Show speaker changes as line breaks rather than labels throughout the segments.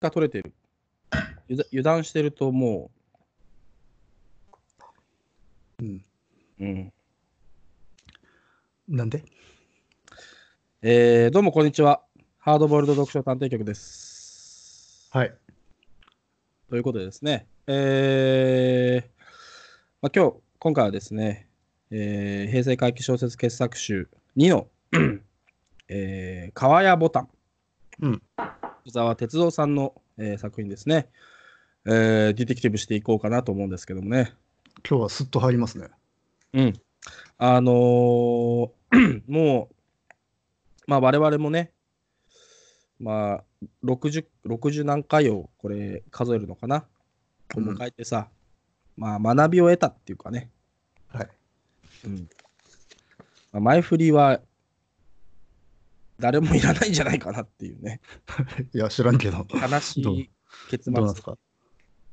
が取れてる。油断油断してるとも
うん。
う、うん。
なんで
えー、どうもこんにちは。ハードボイルド読書探偵局です。
はい。
ということでですね、えーまあ、今日、今回はですね、えー平成回帰小説傑作集2の、えー、川屋ボタン、
うん
小沢哲夫さんの、えー作品ですね、えーディテクティブしていこうかなと思うんですけどもね、
今日はすっと入りますね。
うん、あのー もう、まあ、我々もね、まあ、60, 60何回をこれ数えるのかな、を
うん
迎えてさ、まあ学びを得たっていうかね、
はい。
うんまあ、前振りは誰もいらないんじゃないかなっていうね、
いや、知らんけ ど。
悲し
どう
い結末、
どうなんですか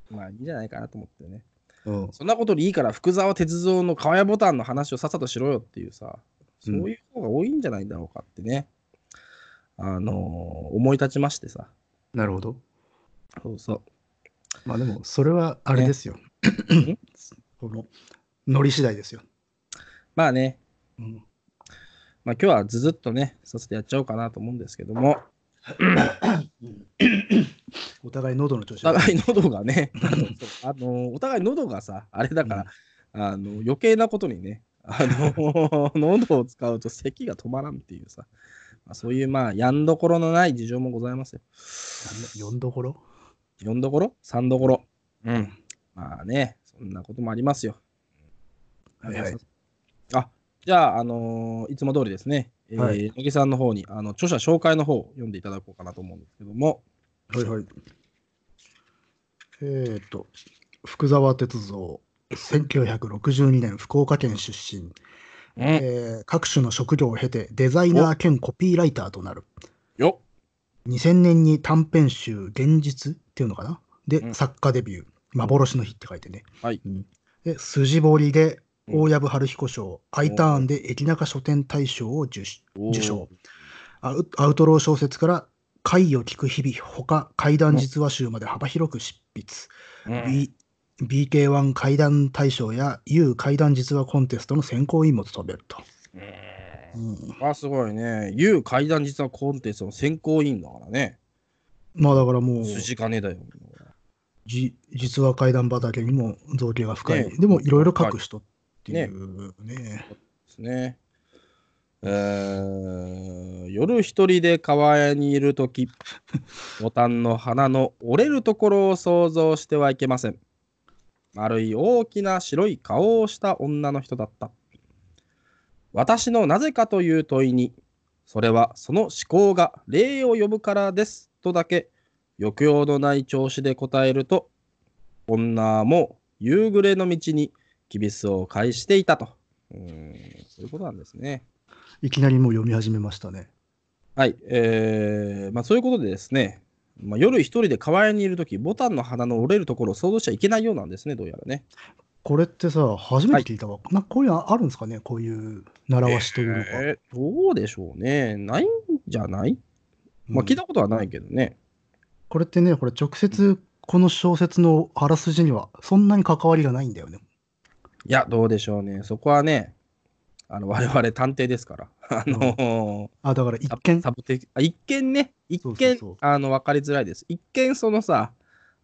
まあいいんじゃないかなと思ってね。
うん。
そんなことでいいから、福沢哲三の川屋ボタンの話をさっさとしろよっていうさ、そういう方が多いんじゃないだろうかってね、あのー思い立ちましてさ、
なるほど。
そうそう。
まあでも、それはあれですよ。
ん
この、ノリ次第ですよ。
まあね、
うん。
まあ今日はずずっとね、さっさとやっちゃおうかなと思うんですけども、
お互い喉の調
お
子が
互い喉がね、 あのーお互い喉がさ、あれだから、あの余計なことにね、あの 喉を使うと咳が止まらんっていうさ、まあ、そういうまあ、やんどころのない事情もございますよ。
呼んどころ
4どころ ?3 どころ。うん。まあね、そんなこともありますよ。
はいはい。
あ、じゃあ、あのーいつも通りですね、えー
は
野木さんの方にあの著者紹介の方を読んでいただこうかなと思うんですけども、
はいはい。えー、と、福沢哲三、1962年福岡県出身、
うん、
えー各種の職業を経てデザイナー兼コピーライターとなる。
よ
2000年に短編集「現実」っていうのかなで、
うん
作家デビュー「幻の日」って書いてね。
はい
うんで筋堀で
うん
大藪春彦賞、アイターンで駅中書店大賞を受賞
おー
受賞アウアウトロー小説から「怪を聞く日々」ほか怪談実話集まで幅広く執筆、
うん、
B BK1 怪談大賞や U 怪談実話コンテストの選考委員も務めると。うん
あすごいね。U 怪談実はコンテストの選考委員だからね。
まあだからもう
筋金だよ。
じ実は怪談畑にも造形が深い、
ねえ
でもいろいろ書く人っていうね
ですね。えー夜一人で川屋にいるとき、ボタンの花の折れるところを想像してはいけません。丸い大きな白い顔をした女の人だった。私のなぜかという問いに、それはその思考が霊を呼ぶからですとだけ、抑揚のない調子で答えると、女も夕暮れの道にキビスを返していたと。うーんそういうことなんですね。
いきなりもう読み始めましたね
はい、えーまあ、そういうことでですね、まあ、夜一人で川屋にいるとき、ボタンの花の折れるところを想像しちゃいけないようなんですね、どうやらね。
これってさ初めて聞いたわ、なんかこういうのあるんですかねこういう習わしというのか、
えーどうでしょうね、ないんじゃないまあ、
うん
聞いたことはないけどね。
これってねこれ直接この小説のあらすじにはそんなに関わりがないんだよね
いや、どうでしょうね、そこはね、あの我々探偵ですから、 あの
あだから一
サブ
見
サブテクあ一見ね、一
そうそう
見
そう
あの分かりづらいです。一見そのさ、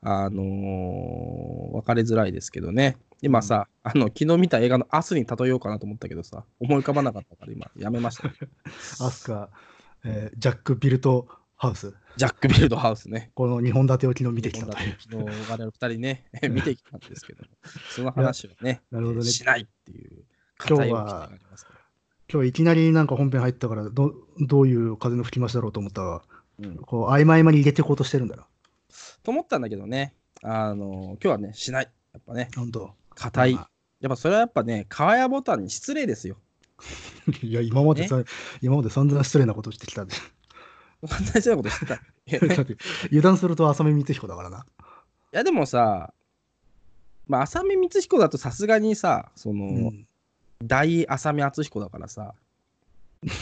あのー、分かりづらいですけどね。今さ、あの昨日見た映画の「明日に例えようかなと思ったけどさ、思い浮かばなかったから 今やめました。
アスカ、えージャック・ビルト・ハウス
ジャック・ビルドハウスね。
この2本立てを昨日見てきたという
昨日我々2人ね、見てきたんですけど、その話をね、
なるほどね
しないっていう
今日
を
は
してありますから
今日いきなりなんか本編入ったからどどういう風の吹き回しだろうと思ったら
うん
こう、合間合間に入れていこうとしてるんだな。
と思ったんだけどね、あのー今日はね、しない。やっぱね、
本当。
硬い。
まあ
やっぱそれはやっぱね、川屋ボタンに失礼ですよ。
いや、今までさ、今まで散々失礼なことして きたんで。
大事なことしてた。いや
だって油断すると浅見光彦だからな。
いやでもさ、まあ、浅見光彦だとさすがにさ、その、
うん
大浅見敦彦だからさ、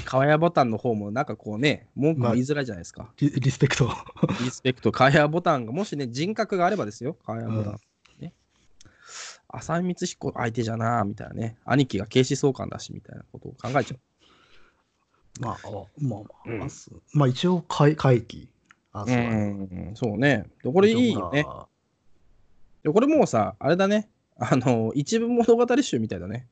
川谷ボタンの方もなんかこうね、文句も言いづらいじゃないですか。
リリスペクト。
リスペクト、川谷ボタンが、もしね、人格があればですよ、川谷ボタン。ね、浅見光彦相手じゃなあみたいなね、兄貴が警視総監だし、みたいなことを考えちゃう。
まあ、あまあ、
う
ま
ん
あ、そうまあ一応会、会議。あ、そうだね
うん、そうね。でこれいいよね。。でこれもうさ、あれだね。あの、一部物語集みたいだね。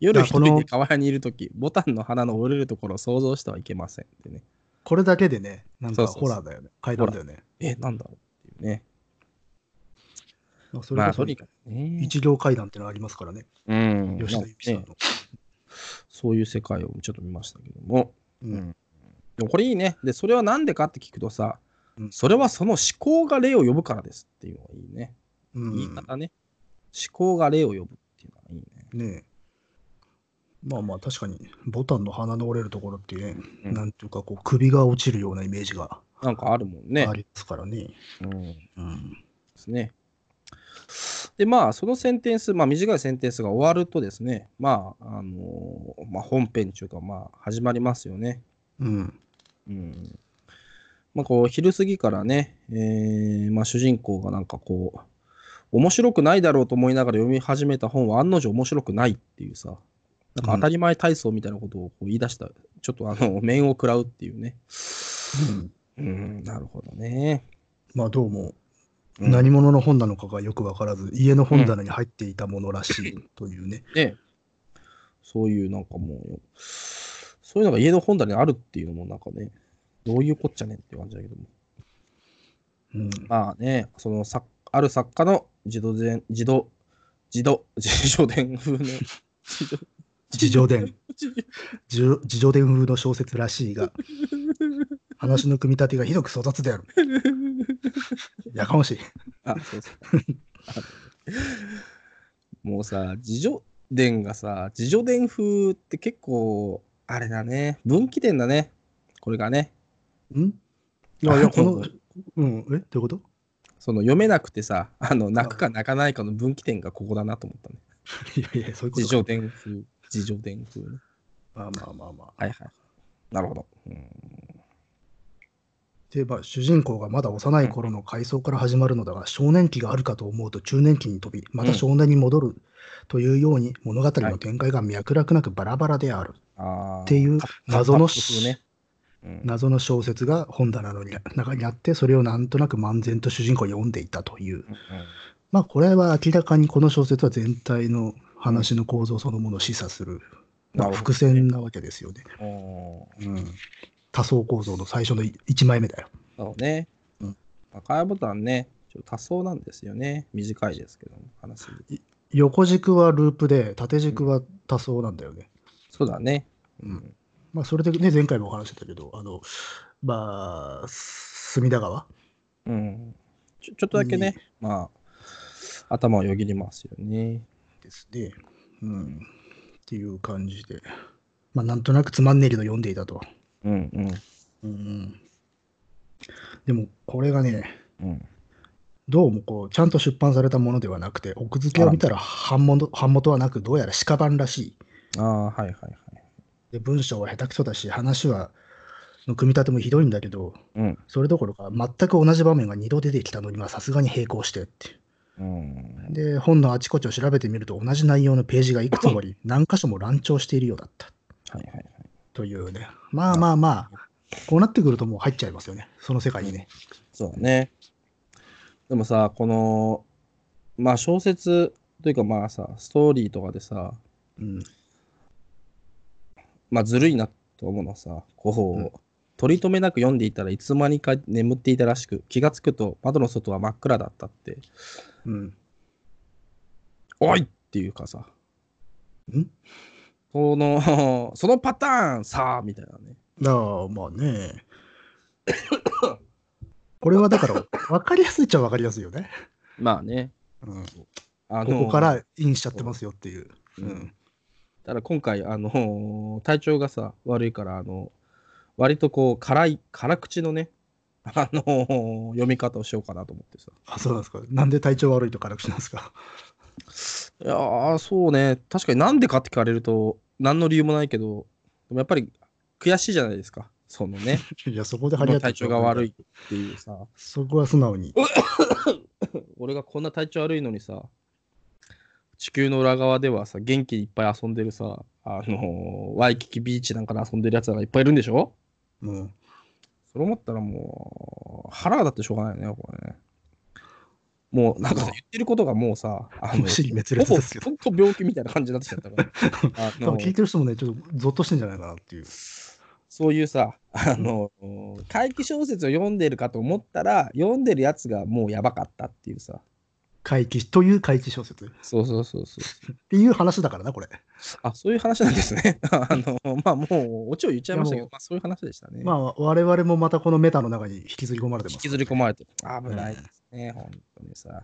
夜一
いや
人
こ
で
の
川屋にいるとき、ボタンの花の折れるところを想像してはいけませんってね。
これだけでね、なん
そう
か
そうそ
ホ
う
ラーだよね。階段だよね。
え、なんだろうっていうね。
まあそ
ま
れ
あ、
こそ
とにかくね。
一行階段ってのがありますからね。
うん
吉田由美さん
ね
の。
そういう世界をちょっと見ましたけども。
うん
うんでもこれいいね。で、それはなんでかって聞くとさ、
うん
それはその思考が霊を呼ぶからですっていうのがいいね。
うん
言い方ね。思考が霊を呼ぶっていうのがいいね。
ねえ。まあまあ確かに、ボタンの鼻の折れるところっていうね、
うん
なんていうかこう首が落ちるようなイメージが
なんかあるもんね。
ありますからね。
うん
うん
ですね。でまあそのセンテンス、まあ、短いセンテンスが終わるとですね、まああのまあ、本編というか、まあ、始まりますよね。
うん。
うんまあ、こう昼過ぎからね、えーまあ、主人公がなんかこう面白くないだろうと思いながら読み始めた本は案の定面白くないっていうさなんか当たり前体操みたいなことをこう言い出した、ちょっとあの面を食らうっていうね。う
うん
ん、なるほどね。
まあどうも、
うん
何者の本なのかがよくわからず、家の本棚に入っていたものらしいというね。
ね、そういうなんかもう、そういうのが家の本棚にあるっていうのもなんかね、どういうこっちゃねんって感じだけども。
うん。
まあね、その作ある作家の自動伝、自動、自動、自書伝風の、 自動、
自叙伝。
自叙
自叙自叙伝風の小説らしいが、話の組み立てがひどく粗雑で ある。やかましい。
あ、そうそう。 もうさ、自叙伝がさ、自叙伝風って結構、あれだね、分岐点だね、これがね。
んいやい
あ
や、こ
そ
の
う、
うん、えどういうこと
その読めなくてさ、あの泣くか泣かないかの分岐点がここだなと思ったね。
いやいや、そういうこ
自
とか。
叙伝風、自叙伝風ね。
まあまあまあまあ。
はいはい。なるほど。うん
で、まあ、主人公がまだ幼い頃の回想から始まるのだが、少年期があるかと思うと中年期に飛び、また少年に戻るというように、物語の展開が脈絡なくバラバラである、
あー
っていう謎の
カット風ね。うん
謎の小説が本棚の中にあって、それをなんとなく漫然と主人公は読んでいたという。まあ、これは明らかにこの小説は全体の話の構造そのものを示唆する、まあ、
なるほどね
伏線なわけですよね。
うんうん
うん、多層構造の最初の1枚目だよ。
そうね。
うん
赤いボタンね、ちょっと多層なんですよね。短いですけども、話に
横軸はループで、縦軸は多層なんだよね。
そうだね。
うん
ん。
まあ、それでね、前回もお話してたけど、あの、まあ、隅田川
うん、ちょちょっとだけね、まあ、頭をよぎりますよね。
ですね。うん。っていう感じで、まあ、なんとなくつまんねえけど読んでいたと。
うんうん
うん。でも、これがね、
うん。
どうもこう、ちゃんと出版されたものではなくて、奥付けを見たら版元版元はなく、どうやら鹿版らしい。
ああ、はいはいはい。
で、文章は下手くそだし、話は、の組み立てもひどいんだけど、
うん。
それどころか、全く同じ場面が2度出てきたのには、さすがに並行してっていう。
うん、
で、本のあちこちを調べてみると、同じ内容のページがいくつもあり、何箇所も乱調しているようだった
はいはいはい。
というね。まあまあまあ、こうなってくるともう入っちゃいますよね、その世界にね。
そうだね。でもさ、この、まあ小説というかまあさ、ストーリーとかでさ、
うん。
まあずるいなと思うのはさ、こう、
うん
取り留めなく読んでいたらいつの間にか眠っていたらしく、気がつくと窓の外は真っ暗だったって、
うん。
おいっていうかさ、
ん
その、 そのパターンさあみたいなね。
だからまあね。 これはだから、分かりやすいっちゃ分かりやすいよね。
まあね、
うん、
あ
こ
の
こからインしちゃってますよっていう。うん。
ただ今回、あのー体調がさ、悪いから、あの割とこう、辛い、辛口のね、あのー読み方をしようかなと思ってさ。
あ、そうなんですか。なんで体調悪いと辛口なんですか。
いやー、そうね。確かになんでかって聞かれると、何の理由もないけど、でもやっぱり悔しいじゃないですか。そのね、
いや、そこで張り
今
合って
体調が悪いっていうさ。
そこは素直に。
俺がこんな体調悪いのにさ、地球の裏側ではさ、元気にいっぱい遊んでるさ、あのーワイキキビーチなんかで遊んでるやつらがいっぱいいるんでしょ
うん。
それ思ったらもう、腹が立ってしょうがないよね、これね。もう、なんかさ
まあ
言ってることがもうさ、あの、
不思議滅裂ですけど
ほぼほんと病気みたいな感じになってきちゃった から。あ
多分
の
聞いてる人もね、ちょっとゾッとしてんじゃないかなっていう。
そういうさ、あの、怪奇小説を読んでるかと思ったら、読んでるやつがもうやばかったっていうさ。
怪奇という怪奇小説。っ
そうそうそうそう。
ていう話だからな、これ。
あ、そういう話なんですね。 あの、まあもう、オチを言っちゃいましたけ
いや
ど
も、
まあそういう話でしたね。
まあ、我々もまたこのメタの中に引きずり込まれて
引
ま
き
す。
ずり込まれてる。危ないですね、本当にさ。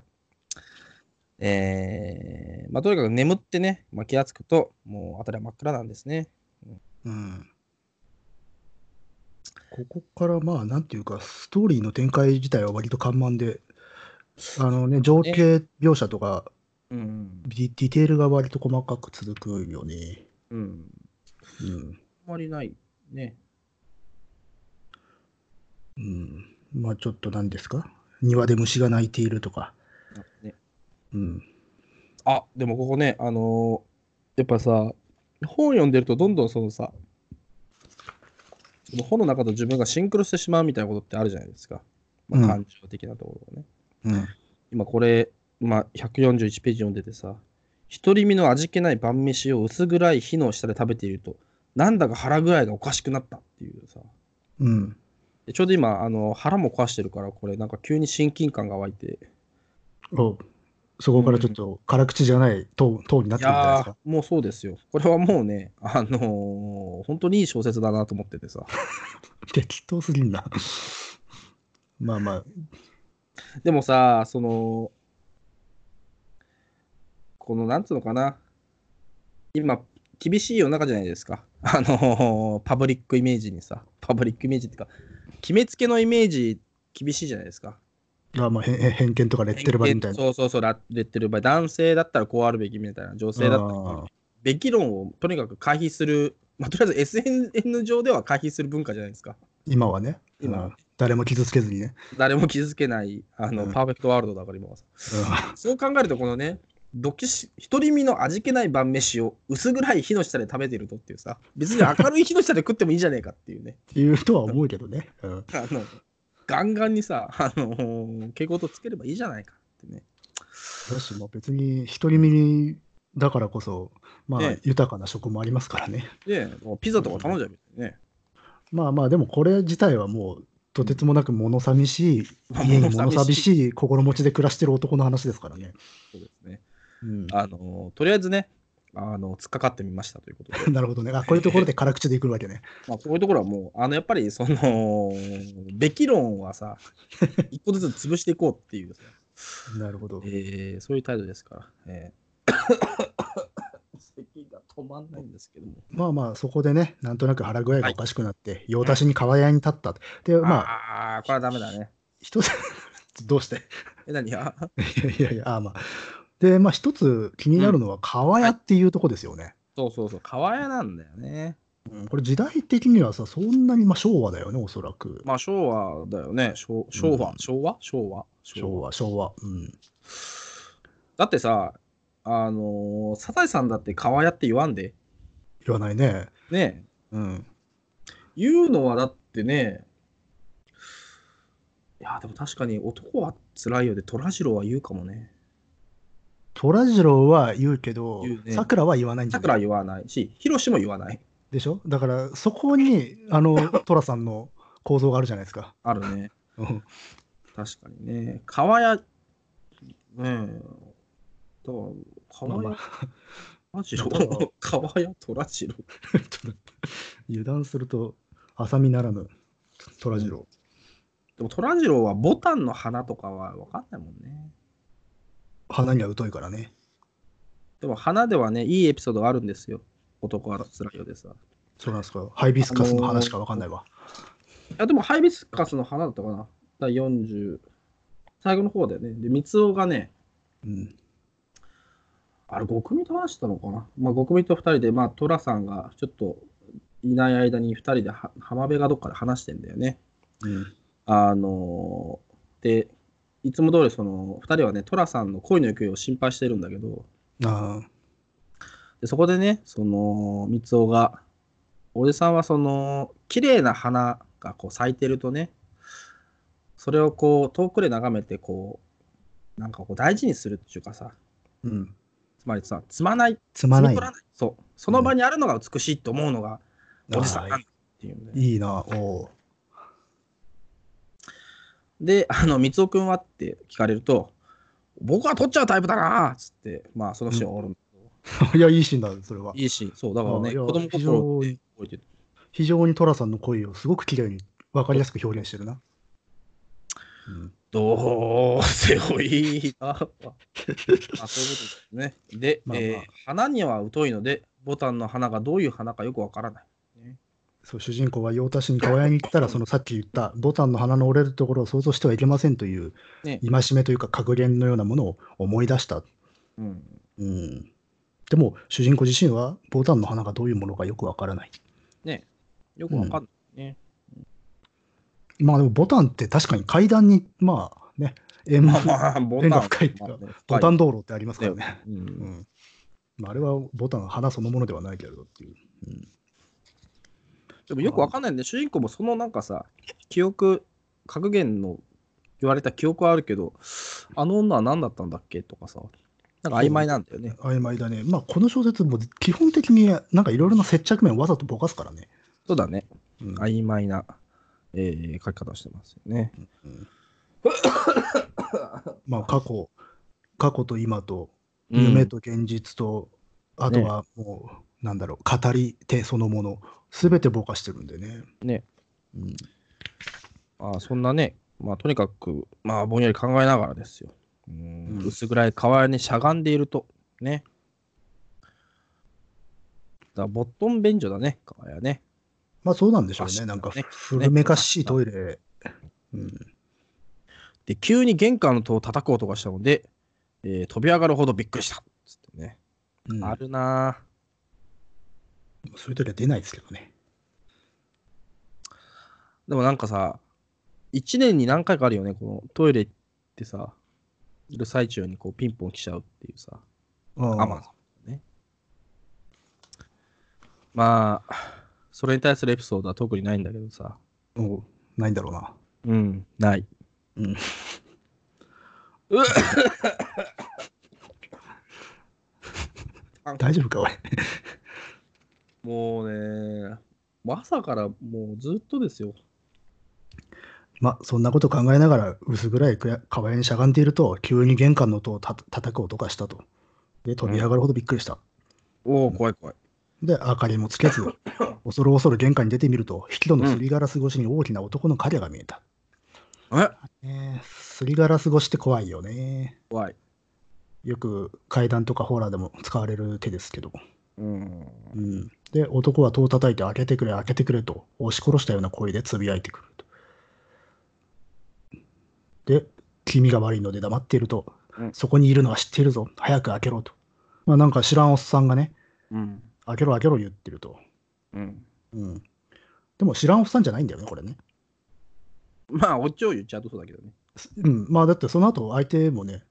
えー、まあとにかく眠ってね、まあ、気がつくと、もう辺りは真っ暗なんですね。
うん。ここから、まあ、なんていうか、ストーリーの展開自体は割と緩慢で、あのね、情景描写とか、
うん。
ディディテールが割と細かく続くよね。
うん。
うん。
あんまりないね。
うん、まあ、ちょっと何ですか庭で虫が鳴いているとか。
なんかね
うん。
あ、でもここね、あのーやっぱさ、本読んでるとどんどんそのさ、その本の中と自分がシンクロしてしまうみたいなことってあるじゃないですか。ま
う
あ、
ん
感情的なところがね。
うん。
今これ、まあ、141ページ読んでてさ、独り身の味気ない晩飯を薄暗い火の下で食べていると、なんだか腹具合がおかしくなったっていうさ、
うん。
でちょうど今、あの腹も壊してるから、これ、なんか急に親近感が湧いて、
おそこからちょっと辛口じゃない塔塔になっ
い
てるんじゃないです
や
か
ー。、もうそうですよ。これはもうね、あのー本当にいい小説だなと思っててさ、
適当すぎんな。まあまあ、
でもさ、その、この、なんつうのかな、今、厳しい世の中じゃないですか。あのーパブリックイメージにさ、パブリックイメージっていうか、決めつけのイメージ、厳しいじゃないですか。
まあまあへん偏見とかレッテル貼りみたいな。
そうそうそう、ラレッテルバリ。男性だったらこうあるべきみたいな、女性だったらこうあるべきべき論をとにかく回避する、まあ、とりあえず SN 上では回避する文化じゃないですか。
今はね、
今は
うん誰も傷つけずにね。
誰も傷つけない、あの、
うん
パーフェクトワールドだから今はさ。
う
そう考えると、このね、どきし、独り身の味気ない晩飯を薄暗い火の下で食べてるとっていうさ、別に明るい火の下で食ってもいいじゃねえかっていうね、
ん、いうとは思うけどね。うん
あの、ガンガンにさ、あの蛍光灯つければいいじゃないかってね。
だし、まあ、別に独り身だからこそ、まあ、
ええ
豊かな食もありますからね。
で、もうピザとか頼んじゃうみたいなね。
まあまあ、でもこれ自体はもう、とてつもなく物寂しい、
まあ
家に物
物寂
寂
しい
しい心持ちで暮らしてる男の話ですからね。
そうですね。
うん、
あのとりあえずね、あの、突っかかってみましたということで。
なるほどね。あ、こういうところで辛口でいくわけね。
まあ、こういうところはもう、あの、やっぱり、その、 べき論はさ、一個ずつ潰していこうっていうさ、
なるほど。
えーそういう態度ですから、えー咳が止まんないんですけども。
まあまあ、そこでね、なんとなく腹具合がおかしくなって、用足しに川屋に立った。で、まあ、
ああー、これはダメだね。
一つ、 どうして
え、何が
いやいや、あーまあ。で、まあ、一つ気になるのは、川屋っていうとこですよね。
そうそうそう、川屋なんだよね。
これ、時代的にはさ、そんなに、まあ、昭和だよね、おそらく。
まあ、昭和だよね。昭昭和、
うん
昭和昭和
昭和、昭和。うん。
だってさ、あのーサザエさんだって川屋って言わんで。
言わないね。
ねえ
うん。
言うのはだってね、いや、でも確かに男は辛いよで、虎次郎は言うかもね。
虎次郎は言うけど
言う、ね
さくらは言わないんじゃ
さく
な
ら
い
は言わないし、ヒロシも言わない。
でしょだから、そこに、あ の、虎さんの構造があるじゃないですか。
あるね。
うん
確かにね。川屋、ねえ、だから、川
まあ
屋虎
ま、
次
だから
郎、川屋、虎次郎。
ちょっと油断すると、浅見ならぬ虎次郎。
でも虎次郎はボタンの花とかは分かんないもんね。
花には疎いからね。
でも花ではね、いいエピソードがあるんですよ。男は辛いよでさ。
そうなんですか。ハイビスカスの花しかわかんないわ。
いや、でもハイビスカスの花だったかな。第40、最後の方だよね。で、三つがね、
うん。
あれ、5組と話したのかな、まあ、5組と2人で、まあ、トラさんがちょっといない間に2人では浜辺がどっかで話してんだよね。
うん。
あのーで、いつも通りその2人はね、トラさんの恋の行方を心配してるんだけど、
ああ、
でそこでね、その、三尾が、おじさんはその、綺麗な花がこう咲いてるとね、それをこう、遠くで眺めて、こう、なんかこう大事にするっていうかさ、
うん。
つまりさ、積まない、
つまない
摘み取。らない。そう。その場にあるのが美しいと思うのが、おじさん
あ
な
あ
んだっていうんだよね
いいな、おう
で、 あの、三尾くんはって聞かれると、僕は取っちゃうタイプだなーっつって、まあ、そのシーンはおるんだけど、
いや、いいシーンだ、それは。
いいシーン。そう、だから
あ
ね、
いや
子供心って覚えてる。
非常に寅さんの恋をすごく綺麗に分かりやすく表現してるな。うん、
どうせおい いな。まあ、そういうことですね。で、
まあまあ
えー花には疎いので、ボタンの花がどういう花かよくわからない。
そう主人公は陽太氏に川屋に行ったら、そのさっき言ったボタンの花の折れるところを想像してはいけませんという
ね
戒めというか格言のようなものを思い出した。
うん。
うん、でも主人公自身はボタンの花がどういうものかよくわからない。
ねよくわかんないね。
まあでもボタンって確かに階段にまあね、円
まあまあ、ボタン。
縁 が深いっていうか
まあね
ボタ
深い
ン道路ってありますからね。
う
うんんまあ、あれはボタン花そのものではないけれどっていう。
でもよくわかんないんで、主人公もそのなんかさ、記憶、格言の言われた記憶はあるけど、あの女は何だったんだっけとかさ、なんか曖昧なんだよね。
曖昧だね。まあ、この小説も基本的になんかいろいろな接着面をわざとぼかすからね。
そうだね。
うん
曖昧な、えー書き方をしてますよね。
まあ、過去、過去と今と、
うん
夢と現実と、あとはもう、なんだろう、語り手そのもの、すべてぼかしてるんでね。
ね
うん
まあそんなね、まあとにかく、まあぼんやり考えながらですよ。うん
うん
薄暗い川にしゃがんでいると、ね。だからボットン便所だね、川屋ね。
まあ、そうなんでしょう
確か
ね。
にね
なんか、古めかしいトイレ。うん
で、急に玄関の戸を叩く音がしたので、えー飛び上がるほどびっくりした。つってね。
うん
あるなぁ
そういう時は出ないですけどね。
でもなんかさ、1年に何回かあるよね、このトイレってさ、いる最中にこうピンポン来ちゃうっていうさ。
あ
アマゾンね。まあ、それに対するエピソードは特にないんだけどさ。
おうないんだろうな。
うん、ない。
うん。大丈夫か、俺。
もうね、もう朝からもうずっとですよ。
まあ、そんなこと考えながら、薄暗いくや川屋にしゃがんでいると、急に玄関の戸をた叩く音がしたと。で、飛び上がるほどびっくりした。
おお、怖い怖い。
で、明かりもつ けず、恐る恐る玄関に出てみると、引き戸のすりガラス越しに大きな男の影が見えた。
え
ねえすりガラス越しって怖いよね。
怖い。
よく階段とかホラーでも使われる手ですけど。
うん。
うん、で、男は戸を叩いて開けてくれ、開けてくれと、押し殺したような声でつぶやいてくると。で、気味が悪いので黙っていると、
うん
そこにいるのは知っているぞ、早く開けろと。まあ、なんか知らんおっさんがね、
うん。
開けろ開けろ言ってると。
うん。
うん、でも知らんおっさんじゃないんだよね、これね。
まあ、おっちを言っちゃうとそうだけどね。
うん、まあだってその後相手もね、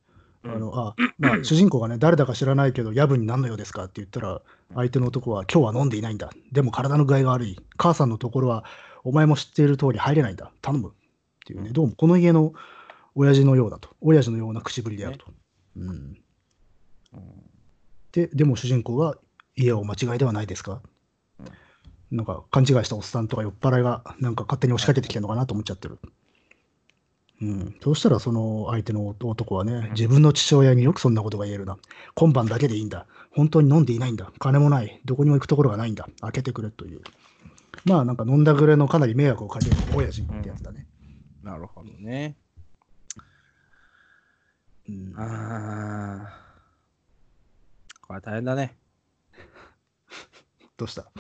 あのあまあ、主人公がね、誰だか知らないけど、夜分に何の用ですかって言ったら、相手の男は、今日は飲んでいないんだ、でも体の具合が悪い、母さんのところは、お前も知っている通り入れないんだ、頼むっていうね、どうもこの家の親父のようだと、親父のような口ぶりであると。うん、
うん
ででも主人公は、家を間違いではないですか、なんか勘違いしたおっさんとか酔っ払いが、なんか勝手に押しかけてきてるのかなと思っちゃってる。うん、そうしたらその相手の男はね、自分の父親によくそんなことが言えるな。今晩だけでいいんだ。本当に飲んでいないんだ。金もない。どこにも行くところがないんだ。開けてくれという。まあなんか飲んだぐれのかなり迷惑をかける親父ってやつだね。
なるほどね。
うん
ああ。これ大変だね。
どうした、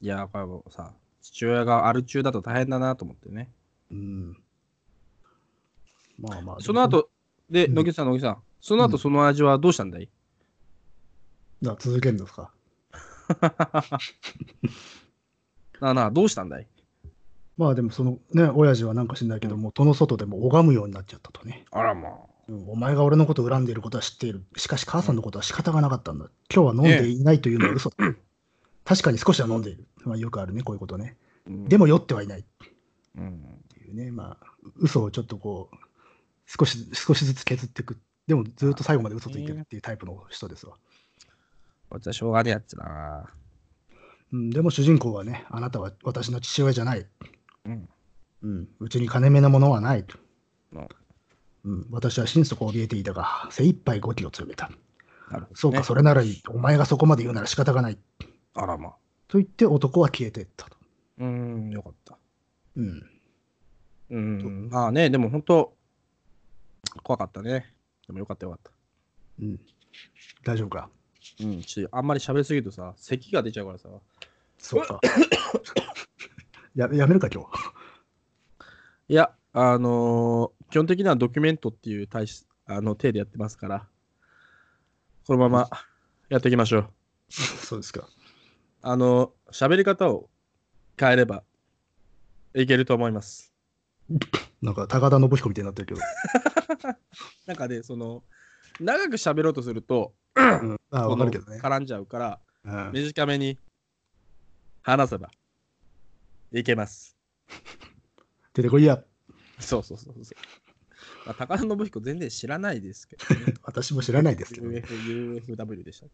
いや、これもうさ、父親がアル中だと大変だなと思ってね。
うん、まあまあ。
その後、で、
うん
乃木さん、乃木さん、その後、その味はどうしたんだい、
だから続けるんですか
なあなあ、どうしたんだい
まあでもそのね、親父はなんか知んないけど、もう戸の外でも拝むようになっちゃったとね、
あらまあ。
うんお前が俺のことを恨んでいることは知っている。しかし母さんのことは仕方がなかったんだ。今日は飲んでいないというのは嘘だ。確かに少しは飲んでいる。まあよくあるね、こういうことね。で
も、
も酔ってはいないっ
うん
ていうね、まあ、嘘をちょっとこう、少し少しずつ削っていく。でもずっと最後まで嘘ついてるっていうタイプの人ですわ。
こいつはしょうがねえやつだな。
うん、でも主人公はね、あなたは私の父親じゃない。
うん。
うん、うちに金目のものはないと
うん。
うん、私は心底怯えていたが、精一杯5キロ詰めた。
なるほど、ね。
そうか、それならいい。お前がそこまで言うなら仕方がない。
あらまあ。
と言って男は消えていったと。
うーん、よかった。
うん。
う。
そうん
まあね、でも本当、怖かったね。でもよかったよかっ
うん、大丈夫か
た。うん。ちょっとあんまり喋りすぎるとさ、咳が出ちゃうからさ。
そう か。ややめるか、今日。
いや、あのー基本的にはドキュメントっていう体質あの体でやってますから、このままやっていきましょう。
そうですか。
あのー、喋り方を変えればいけると思います。
なんか、高田信彦みたいになってるけど。
なんかね、その、長く喋ろうとすると、
うん、ああ、
そ
わ
の
かるけどね。
絡んじゃうから、
うん
短めに話せばいけます。
出てこいや。
そうそうそうそう。まあ、高田信彦全然知らないですけどね、
私も知らないですけど、ね。
UF UFW でした。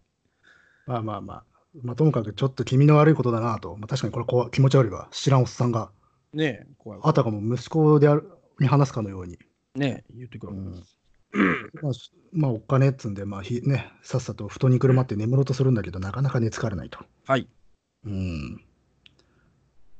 まあまあまあ。まあ、ともかくちょっと気味の悪いことだなと、まあ、確かにこれこう気持ち悪いわ知らんおっさんが
ねえ、怖い怖
あたかも息子であるに話すかのように、
い。ねえ、言ってくる。
うんまあ、しまあおっかねえっつんで、まあひね、さっさと布団にくるまって眠ろうとするんだけどなかなか寝つかれないと、
はい。
うん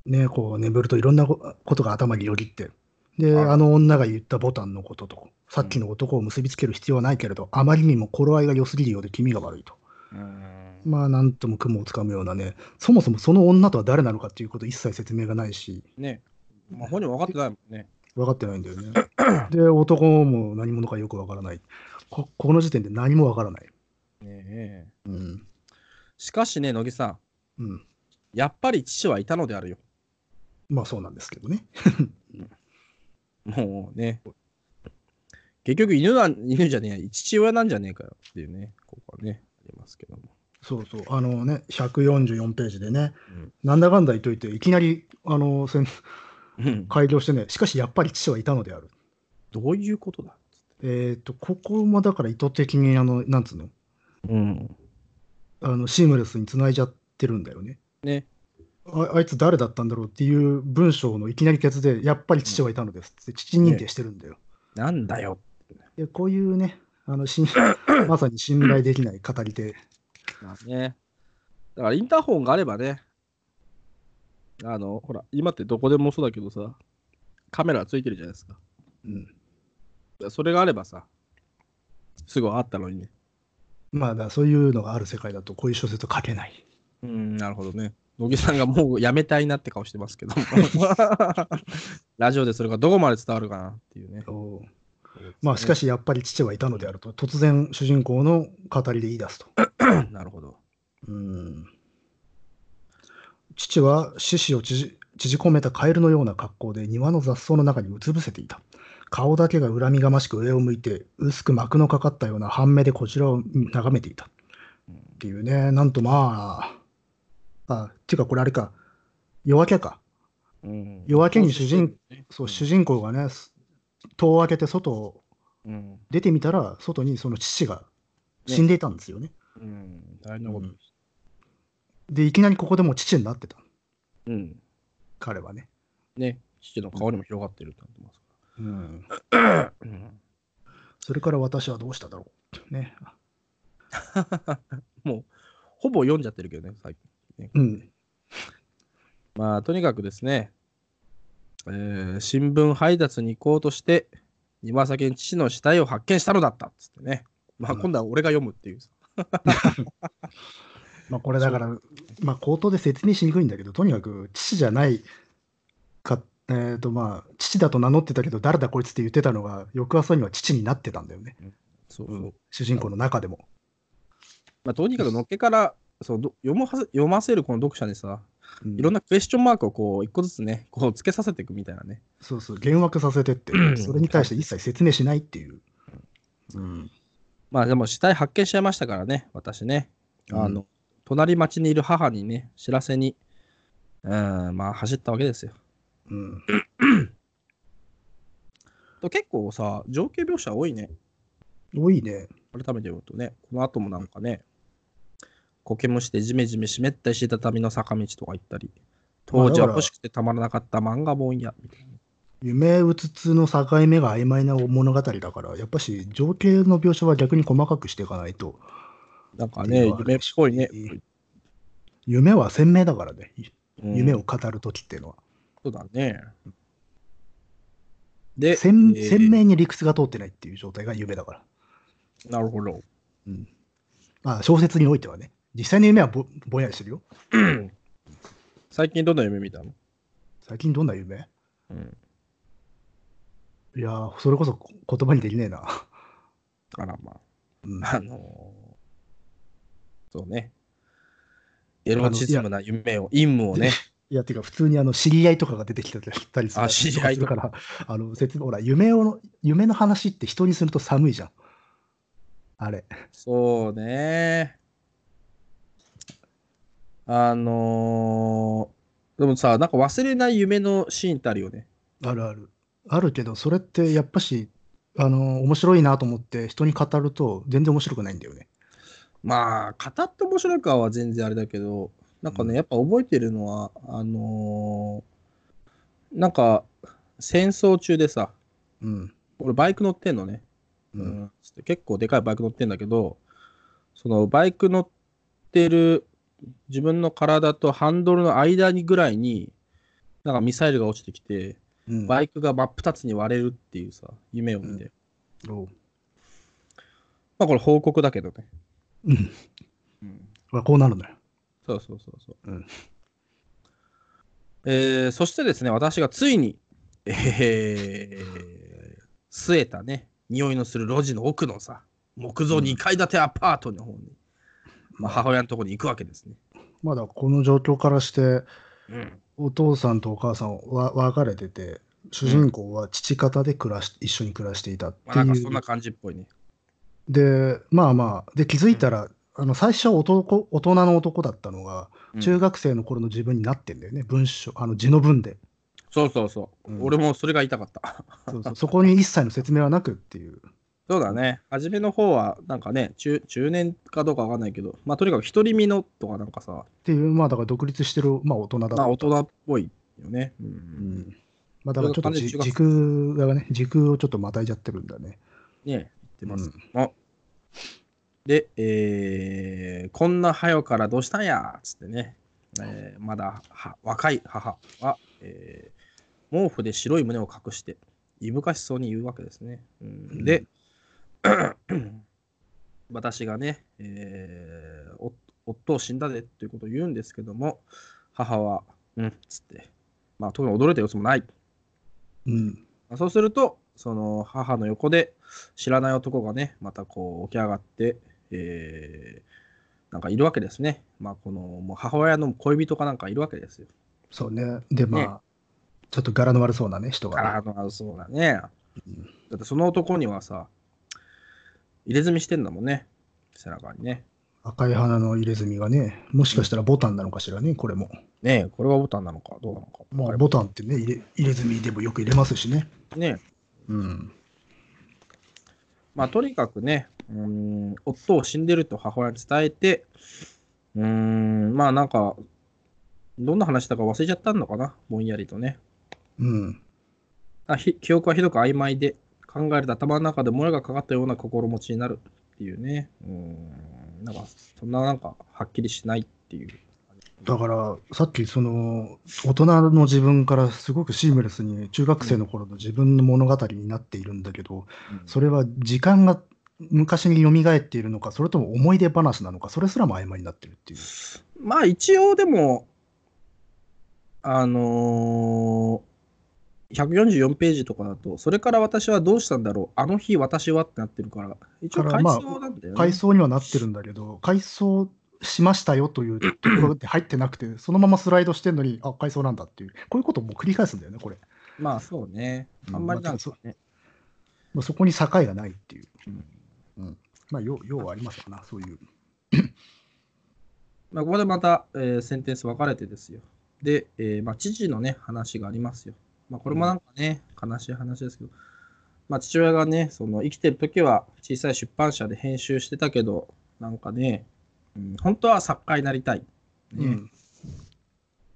ね、こう眠るといろんなこことが頭によぎってで
はい
あの女が言ったボタンのこととさっきの男を結びつける必要はないけれど、あまりにも頃合いが良すぎるようで気味が悪いと
うん
まあなんとも雲をつかむようなねそもそもその女とは誰なのかっていうこと一切説明がないし
ねえ、まあ、本人は分かってないもんね。
分かってないんだよねで男も何者かよく分からないここの時点で何も分からない
ねえ
うん
しかしね、乃木さん、
うん
やっぱり父はいたのであるよ。
まあそうなんですけどね
もうね。結局犬なん、犬じゃねえや、父親なんじゃねえかよっていうね、ここはね、ありますけども。
そうそう、あのね、144ページでね、
うん
なんだかんだ言っといて、いきなり、あの、せん
うん
開業してね、しかしやっぱり父はいたのである。
どういうことだ
えっ、と、ここもだから意図的に、あの、なんつうの、
うん。
あのシームレスにつないじゃってるんだよね。
ね。
ああいつ誰だったんだろうっていう文章のいきなりケツで、やっぱり父はいたのですって、父認定してるんだよ。
なんだよ。
で、こういうね、あの信まさに信頼できない語り手、
まあね。だからインターホンがあればね、あの、ほら、今ってどこでもそうだけどさ、カメラついてるじゃないですか。
うん、
それがあればさ、すぐあったのにね。
まあだからそういうのがある世界だと、こういう小説は書けない。
うん、なるほどね。乃木さんがもうやめたいなって顔してます けどラジオでそれがどこまで伝わるかなっていうね。
おうまあしか
し、
しやっぱり父はいたのであると突然主人公の語りで言い出すと。
なるほど。
うん父は獅子を縮縮こめたカエルのような格好で庭の雑草の中にうつ伏せていた。顔だけが恨みがましく上を向いて薄く膜のかかったような半目でこちらを眺めていた。っていうね、なんとまあ、あ、ていうかこれあれか、夜明けか。
うん
夜明けに主人そう、
主
主
人。
人公がね、す戸を開けて外を
うん。
出てみたら、外にその父が死んでいたんですよね。
うん。大変なこと。
で、いきなりここでもう父になってた、
うん。
彼はね。
ね。父の顔にも広がってるってなってますか
うん、
ら。うん
それから私はどうしただろう。ね。
もう、ほぼ読んじゃってるけどね、最近。
うん。
まあ、とにかくですね、えー新聞配達に行こうとして、庭先に父の死体を発見したのだったっつってね。まあ、
うん
今度は俺が読むっていう。
まあ、これだから、まあ、口頭で説明しにくいんだけど、とにかく父じゃないか、えっ、と、まあ、父だと名乗ってたけど、誰だこいつって言ってたのが、翌朝には父になってたんだよね。
そう
う
そ
ん主人公の中でも。
まあ、とにかくのっけからそうど読むはず読ませるこの読者にさ、
うん
いろんなクエスチョンマークをこう一個ずつね、こうつけさせていくみたいなね。
そうそう、幻惑させてって、
うん
それに対して一切説明しないっていう。うん。
まあでも死体発見しちゃいましたからね、私ね。あの、隣町にいる母にね、知らせに、うん、まあ走ったわけですよ。
うん。
と結構さ、情景描写多いね。
多いね。
改めて言うとね、この後もなんかね、苔むしてジメジメ湿った石畳の坂道とか行ったり、当時は欲しくてたまらなかった漫画本屋みたいな。
夢うつつの境目が曖昧な物語だから、やっぱし情景の描写は逆に細かくしていかないと、
なんかね、夢っぽいね。
夢は鮮明だからね、
うん
夢を語る時っていうのは。
そうだね。で、
鮮
えー
鮮明に理屈が通ってないっていう状態が夢だから。
なるほど。
まあ、小説においてはね、実際の夢はぼぼんやりしてるよ。
最近どんな夢見たの、
最近どんな夢
うん、
いやー、それこそ 言葉にできねえな。
あらま
うん
あ、あのーそうね。エロチズムな夢を、陰夢をね、
いや、てか、普通にあの知り合いとかが出てきたりしたりする
あ知り合いと
だ
か
から、あの説明ほら夢をの、夢の話って人にすると寒いじゃん。あれ。
そうね。あのーでもさ、なんか忘れない夢のシーンってあるよね。
あるある。あるけど、それってやっぱし、あの、面白いなと思って、人に語ると、全然面白くないんだよね。
まあ、語って面白いかは全然あれだけど、なんか
うん
ね、やっぱ覚えてるのは、あのーなんか、戦争中でさ、
うん。
俺バイク乗ってんのね。
う。
うんん、結構でかいバイク乗ってんだけどそのバイク乗ってる自分の体とハンドルの間にぐらいになんかミサイルが落ちてきて
うん。
バイクが真っ二つに割れるっていうさ夢を見て、
おう
まあこれ報告だけどね、
うん。ほらこうなるのよ。
そうそうそうそう、
うん
えーそしてですね私がついにえー、据えたね匂いのする路地の奥のさ木造2階建てアパートの方に、まあ、母親のところに行くわけですね
まだこの状況からして、
うん、
お父さんとお母さんは別れてて、主人公は父方で暮らし、一緒に暮らしていたって
ま
い
あ、なんか
う
そんな感じっぽいね。
でまあまあで気づいたら、あの最初は男大人の男だったのが中
学
学生の頃の自分になってんだよね、文章あの字の文で
そうそうそう、
うん
俺もそれが言いたかった。
そうそうそこに一切の説明はなくっていう
そうだね。初めの方は、なんかね中、中年かどうかわかんないけど、まあ、とにかく独り身のとかなんかさ、
っていうまあだから独立してる、まあ、大人だった、
まあ、大人っぽいよね。う、
うんんまあ、だからちょっとじ
中学生
時空がね時空をちょっとまたいじゃってるんだね
ね言ってます。
うん
あで、えーこんな早からどうしたんやっつってね、えーまだは若い母は、えー毛布で白い胸を隠して、いぶかしそうに言うわけですね。うん、で、 私がね、えーお夫を死んだでっていうことを言うんですけども、母は、うんっつって、まあ、特に驚いた様子もない。
うん
まあそうすると、その母の横で知らない男がね、またこう起き上がって、えーなんかいるわけですね。まあ、このもう母親の恋人かなんかいるわけですよ。
そうねでまあ
ね
ちょっと柄の悪そうなね人がね、
あの、そうだね。
うん
だってその男にはさ、入れ墨してんだもんね、背中にね。
赤い花の入れ墨がねもしかしたらボタンなのかしらねこれも
ねえ、これはボタンなのか、どうなのか。
まあ
わかり
ボタンってね入れ入れ墨でもよく入れますしね
ませんねえ
うん
まあ、とにかくね、うーん、夫を死んでると母親に伝えて、うーん、まあなんか、どんな話だか忘れちゃったのかな、ぼんやりとね。
うん。
あひ記憶はひどく曖昧で考えると頭の中でもやがかかったような心持ちになるっていうねうーんなんかそんななんかはっきりしないっていう
だから、さっき、その、大人の自分からすごくシームレスに、中学生の頃の自分の物語になっているんだけど、それは時間が昔に蘇っているのか、それとも思い出話なのか、それすらも曖昧になってるっていう。
まあ一応でもあの144ページとかだと、それから私はどうしたんだろう、あの日私はってなってるから、一応、
だか
回
らまあ
想なんだよね。
改装にはなってるんだけど、改装しましたよというところって入ってなくて、そのままスライドしてるのに、あ改装なんだっていう、こういうことをもう繰り返すんだよね、これ。
まあ、そうね。
うん
あんまりなんかね。
もうそこに境がないっていう、
うん
まあ、要要はありますかな、そういう。
まあ、ここでまた、えーセンテンス分かれてですよ。で、えーまあ、父のね、話がありますよ。まあ、これもなんかね、悲しい話ですけど、まあ、父親がね、その生きてる時は小さい出版社で編集してたけど、なんかね、うん、本当は作家になりたい、ね
うん、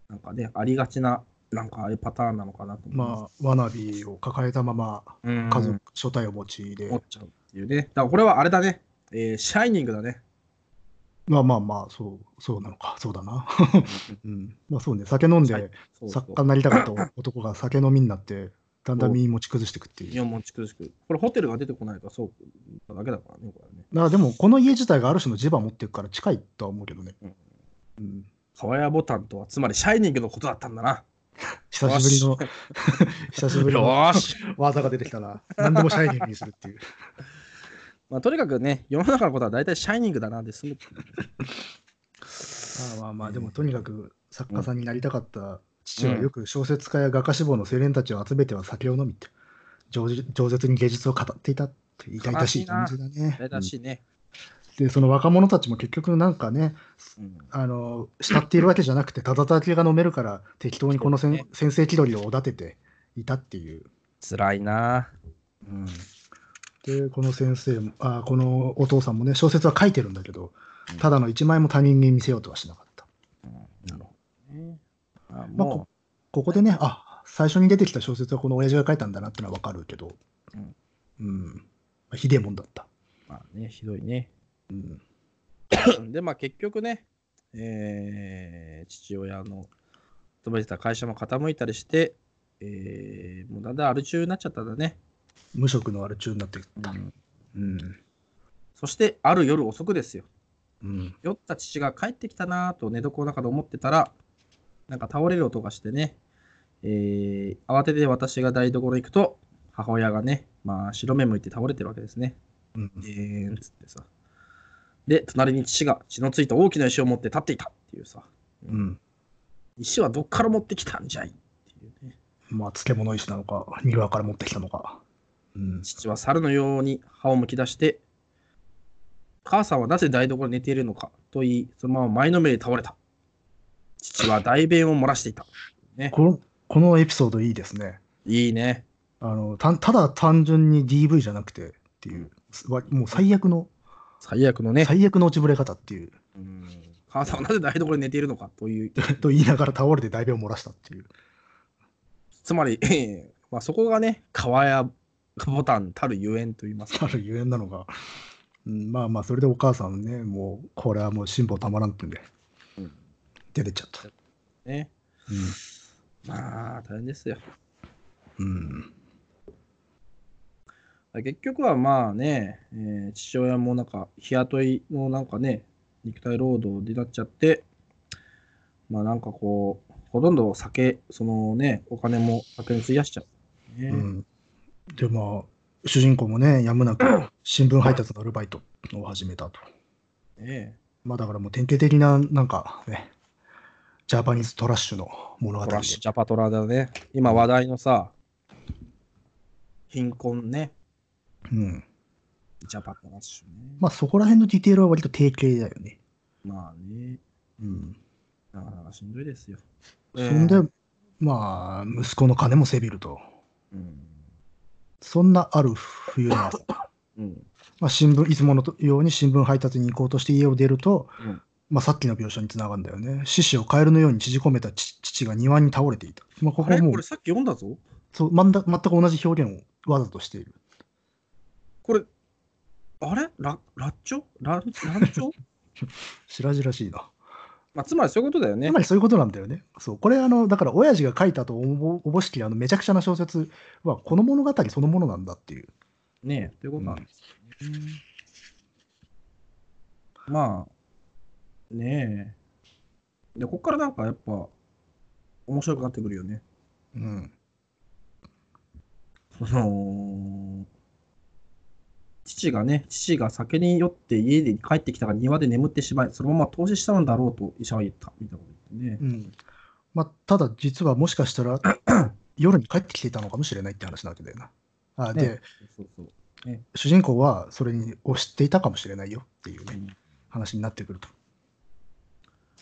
なんかね、ありがちな、なんかあれパターンなのかなと思います。
まあ、わなびを抱えたまま、
うん
家族、所帯を持ちで、
持っちゃうっていうね。だからこれはあれだね、えーシャイニングだ ね。
まあまあまあ、そう、そうなのか、そうだな。うん、まあそうね、酒飲ん
はい
で
そうそう
作家になりたかった男が酒飲みになって、だんだん身持ち崩していくっていう。
日本持ち崩しく。これホテルが出てこないからそうだけだからね、これはね。
まあでも、この家自体がある種の磁場持っていくから近いとは思うけどね。
うん
うん、
川屋ボタンとは、つまりシャイニングのことだったんだな。
久しぶり
よ
の、
し
久しぶり
よ
の
ーし。
技が出てきたな。何でもシャイニングにするっていう。
まあ、とにかくね、世の中のことは大体シャイニングだなで済む。
まあまあまあ、でもとにかく作家さんになりたかった父はよく小説家や画家志望の青年たちを集めては酒を飲みって、饒舌饒舌に芸術を語っていたって痛々しい感じだね。
大体しいね。
で、その若者たちも結局なんかね、
うん
あの慕っているわけじゃなくて、ただ酒が飲めるから、適当にこのせん、
そうで
先生気取りをおだてていたっていう。
辛いな。うん。
で、この先生も、あこのお父さんもね、小説は書いてるんだけど
うん、
ただの一枚も他人に見せようとはしなかった。
なるほどね。あ
まあ
も
ここでね、あ最初に出てきた小説はこの親父が書いたんだなってのはわかるけど、
うん
うん、まあひでえもんだった。
う、まあね、ひどいね。
うん、
で、まあ結局ね、えー父親の勤めてた会社も傾いたりして、えーもうだんだんアル中になっちゃったんだね。
無職のある中になってきた。うん、
そして、ある夜遅くですよ。
うん、
酔った父が帰ってきたなぁと寝床の中で思ってたら、なんか倒れる音がしてね、えー慌てて私が台所に行くと、母親がね、まあ、白目向いて倒れてるわけですね。
うん、
でーんっつってさ。で、隣に父が血のついた大きな石を持って立っていたっていうさ、
うん。
石はどっから持ってきたんじゃいっていうね。
まあ、漬物石なのか、庭から持ってきたのか。うん、
父は猿のように歯をむき出して、母さんはなぜ台所に寝ているのかと言い、そのまま前のめりに倒れた。父は大便を漏らしていた。ね、
このこのエピソードいいですね。
いいね。
あのたただ単純に DV じゃなくてっていう、わもう最悪の、
最悪のね。
最悪の落ちぶれ方っていう、
うん母さんはなぜ台所に寝ているのかという、
と言いながら倒れて大便を漏らしたっていう。
つまり、まあ、そこがね、川やボタンたるゆえんと言いますか。
あるゆえんなのが、うん、まあまあ、それでお母さんね、もう、これはもう辛抱たまらんってんで、
うん
出てっちゃった。
ね、まあ、大変ですよ。
うん。
結局はまあね、えー父親もなんか、日雇いのなんかね、肉体労働になっちゃって、まあなんかこう、ほとんど酒、そのね、お金も酒に費やしちゃう、ね
うん。で、まあ、主人公もね、やむなく新聞配達のアルバイトを始めたと。
ね
まあ、だからもう典型的な、なんかね、ジャパニーズトラッシュの物語
ト
で
ラッ。シュ、ジャパトラだね。今話題のさ、貧困ね。
うん。
ジャパトラッシュね。
まあ、そこら辺のディテールは割と定型だよね。
まあね、
うん。
なかなかしんどいですよ。
そんで、まあ、息子の金もせびると。
うん。
そんなある冬の朝。
うん。
まあ、新聞いつものように新聞配達に行こうとして家を出ると、
うん
まあ、さっきの描写につながるんだよね獅子をカエルのように縮こめた父父が庭に倒れていた、まあ、こ
あ
こは
れ
も
これ
う
さっき読んだぞ。
そうまんだ全く同じ表現をわざとしている
これ、あれララッチョラランチョ
白々しいな
まあ、つまりそういうことだよね
つま。りそういうことなんだよねそうこれあのだから親父が書いたとおぼおぼしきあのめちゃくちゃな小説はこの物語そのものなんだっていう
ねえ、ということなんですよね。まあ、ねえ。で、こっからなんかやっぱ、面白くなってくるよね。
うん
その、父がね、父が酒に酔って家に帰ってきたが庭で眠ってしまい、そのまま凍死したのだろうと医者は言った、みたいなこと言ってね。
うんまあ、ただ実はもしかした ら夜に帰ってきていたのかもしれないって話なわけだよな。あで、
ねそうそう。
主人公はそれを知っていたかもしれないよっていう、ね
うん
話になってくると。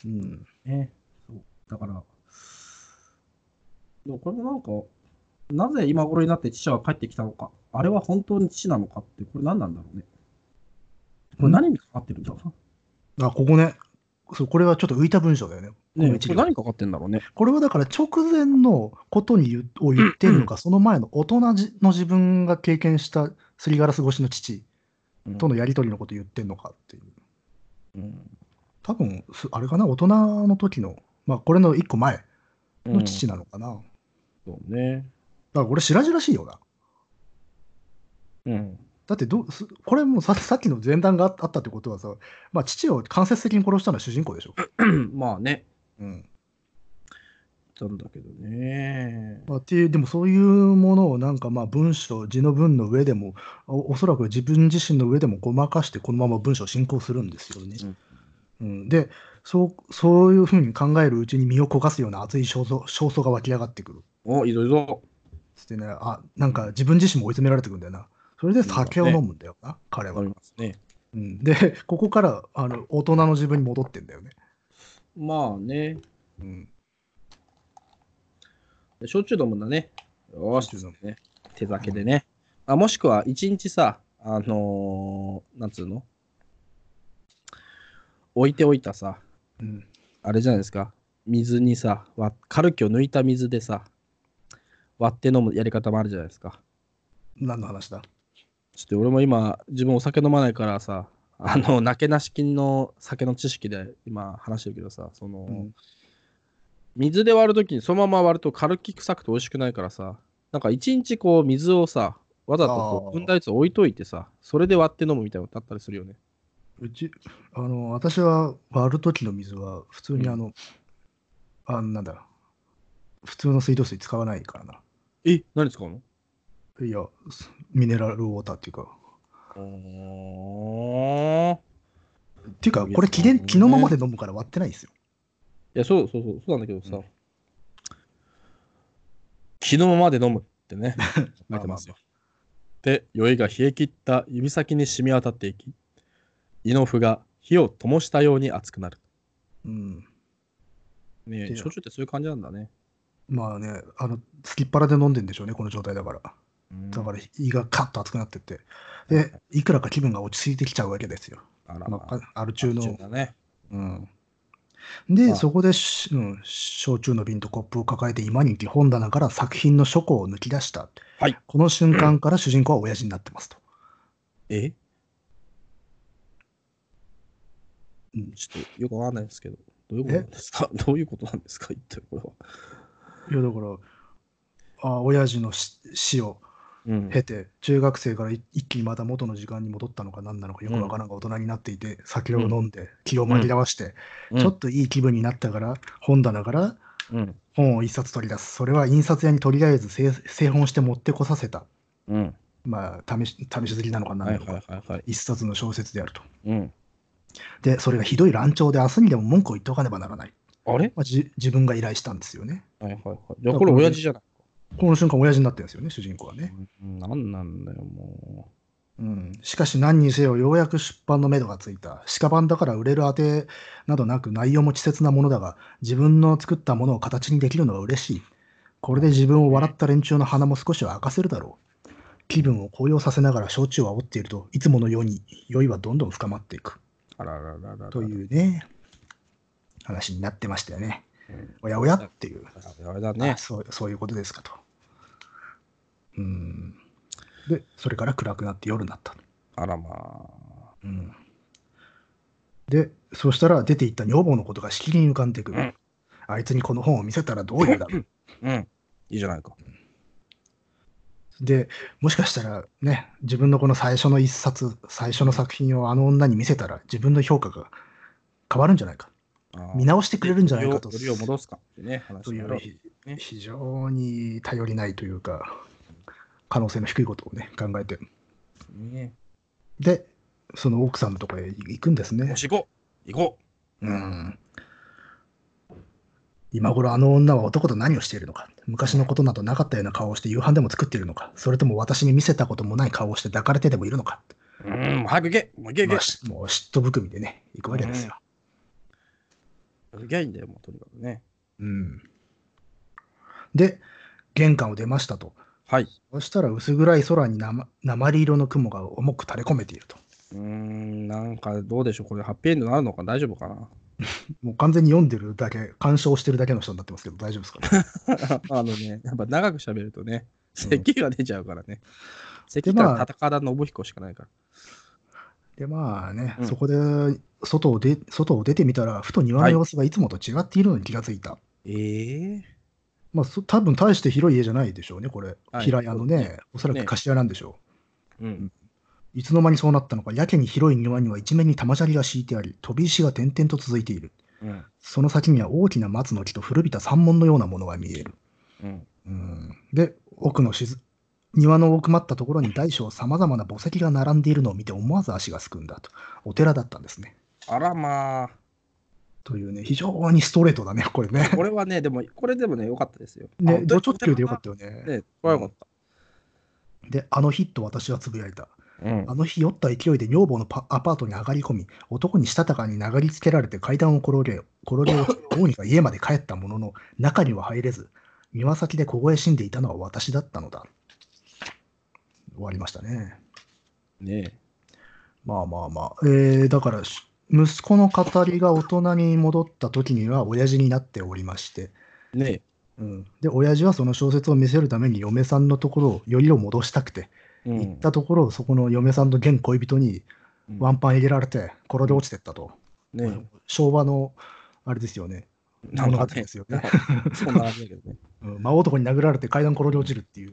うん、
ね、そうだから、でもこれもなんか、なぜ今頃になって父は帰ってきたのか、あれは本当に父なのかって、これ何なんだろうね。これ何にかかってるんだろ
あここねそう、これはちょっと浮いた文章だよね。
うな。ね
この
え、こ
一
れ
行
何にかかってんだろうね。
これはだから直前のことに言うを言ってるのか、その前の大人じの自分が経験したすりガラス越しの父
うん
とのやり取りのことを言ってるのかっていう。
うん
多分すあれかな、大人の時の、まあ、これの一個前の父
な
なのかな。だか
そうね。
らこれ、白々しいよな。
うん。
だってどうす、これもささっきの前段がああったってことはさ、まあ、父を間接的に殺したのは主人公でしょ。
まあね、
うん
言ったんだけどね。
まあ、っていうでもそういうものをなんかまあ文章字の文の上でもおおそらく自分自身の上でもごまかしてこのまま文章を進行するんですよね。うん、でそうそういうふうに考えるうちに身を焦がすような熱い焦燥焦燥が湧き上がってくる
お、いろいろ。
つってねあなんか自分自身も追い詰められてくるんだよなそれで酒を飲むんだよな、彼
わか
は
り、ますね。
うん。でここからあの大人の自分に戻ってんだよね。
まあね、
うん、
焼酎飲むんだね。よし
焼酎飲、
ね、手酒でね。あもしくは、一日さ、あのー、なんつうの置いておいたさ、
うん
あれじゃないですか、水にさ、わカルキを抜いた水でさ、割って飲むやり方もあるじゃないですか。
何の話だ
ちょっと俺も今、自分お酒飲まないからさ、あの、なけなし金の酒の知識で今話してるけどさ、その、
うん
水で割るときにそのまま割ると軽き臭くて美味しくないからさ、なんか一日こう水をさ、わざとこう
あー
踏んだやつを置いといてさ、それで割って飲むみたいなことあったりするよね。
うち、あの、私は割る時の水は、普通にあの、あなんだ、普通の水道水使わないからな。
え、何使うの
いや、すミネラルウォーターっていうか。っていうか、これ気
いい
で
ですね
気のままで飲むから割ってないんですよ。
いや、そうそうそう、そうなんだけどさ、
うん
気のままで飲むって ね、
ま
書
あまあ
いてますよ。で、酔いが冷え切った指先に染み渡っていき、胃の腑が火を灯したように熱くなる。
うん。
ね
で
え、焼酎ってそういう感じなんだね。
まあね、あの、すきっ腹で飲んでんでしょうね、この状態だから。だから胃がカッと熱くなってって。で、いくらか気分が落ち着いてきちゃうわけですよ。
あら
あの
まあ、
アル中の。
だね。
うん。で、
まあ
そこでし、うん、焼酎の瓶とコップを抱えて今に基本棚から作品の書庫を抜き出した。
はい
この瞬間から主人公は親父になってますと。
え
うん
ちょっとよくわかんないですけど、どういうことなんですかどういうことなんですか一体これは。
いや、だから、あ親父の死死を
うん
経て、中学生からい一気にまた元の時間に戻ったのか何なのかよくわからんが大人になっていて、酒を飲んで、気を紛らわして、ちょっといい気分になったから、本棚から
うん。
本を一冊取り出す。それは印刷屋にとりあえず製製本して持ってこさせた。
うん。
まあ、試し試し刷りなのか何
は
ないのか。
はいはいはい。
一冊の小説であると。
うん。
で、それがひどい乱調で明日にでも文句を言っておかねばならない。
あれ
まあ、じ自分が依頼したんですよね。
はいはいはい。じゃあこれ親父じゃない。
この瞬間、親父になってるんですよね、主人公はね。
なんなんだよ、も
うん、しかし、何にせよ、ようやく出版のめどがついた。鹿版だから売れる当てなどなく、内容も稚拙なものだが、自分の作ったものを形にできるのは嬉しい。これで自分を笑った連中の鼻も少しは明かせるだろう。気分を高揚させながら焼酎を煽っていると、いつものように酔いはどんどん深まっていく。
う。あららららら。
と
う。
いうね、話になってましたよね。
ん
おやおやっていう、
あれだ
ね
ね。
そう、そういうことですかと。うん。で、それから暗くなって夜になった。
あらま
うん。で、そうしたら出て行った女房のことがしきりに浮かんでくる。
うん
あいつにこの本を見せたらどういうだろう。
あ。うん。いいじゃないか。
で、もしかしたらね、自分のこの最初の一冊、最初の作品をあの女に見せたら自分の評価が変わるんじゃないか。見直してくれるんじゃないかと。
よりを戻すかってね、話
とい
にな
う
る
ひ
ね
非常に頼りないというか、可能性の低いことをね、考えて。
ね
で、その奥さんのとこへ行くんですね
よ。し、行こう行こ
うん。今頃あの女は男と何をしているのか。昔のことなどなかったような顔をして夕飯でも作っているのか。それとも私に見せたこともない顔をして抱かれてでもいるのか。
ううん、もう早く行けもう行け
ま
行
あ、しもう嫉妬含みでね、行くわけですよ。
け行けばいいんだよ、もうとにかくね。
うん。で、玄関を出ましたと。
はい。
そしたら薄暗い空になま鉛色の雲が重く垂れ込めていると。
うーん、なんかどうでしょうこれハッピーエンドになるのか大丈夫かな
もう完全に読んでるだけ、鑑賞してるだけの人になってますけど、大丈夫ですか ね。
あのね、やっぱ長く喋るとね、
うん
咳が出ちゃうからね。咳
ま
か
あ
戦田信彦しかないから。
で、まあね、
うん
そこで外をで外を出てみたら、ふと庭の様子がいつもと違っているのに気がついた。
ええ
まあ、そ多分大して広い家じゃないでしょうね、これ。
はい
平屋のね、おそらく
ね
貸し屋なんでしょ
うん。
う。いつの間にそうなったのか、やけに広い庭には一面に玉砂利が敷いてあり、飛び石が点々と続いている。
うん。
その先には大きな松の木と古びた山門のようなものが見える。
うん。
うんで、奥のしず庭の奥まったところに大小さまざまな墓石が並んでいるのを見て思わず足がすくんだと。お寺だったんですね。
あらまあ。
というね、非常にストレートだね、これね。
これはね、でも、これでもね、良かったですよ。
ね、
ド
ド直球でよかったよね。
ね、これは良かった。
で、あの日と私はつぶやいた。
うん
あの日酔った勢いで女房のパアパートに上がり込み、男にしたたかに殴りつけられて階段を転げ、転げ 落ち、どうにか家まで帰ったものの、中には入れず、庭先で凍え死んでいたのは私だったのだ。終わりましたね。
ね
まあまあまあ。えー、だからし、息子の語りが大人に戻った時には、親父になっておりまして、
え。ね
うん、で、親父はその小説を見せるために嫁さんのところを、よりを戻したくて、
え。う
行
ん
っ。たところ、そこの嫁さんと現恋人に
うん
ワンパン入れられて、転げ落ちてったと。
ね
昭和の、あれですよね。
え。
物語ですよね。
そんな感じだけどね。
うん、魔王男に殴られて階段転げ落ちるっていう。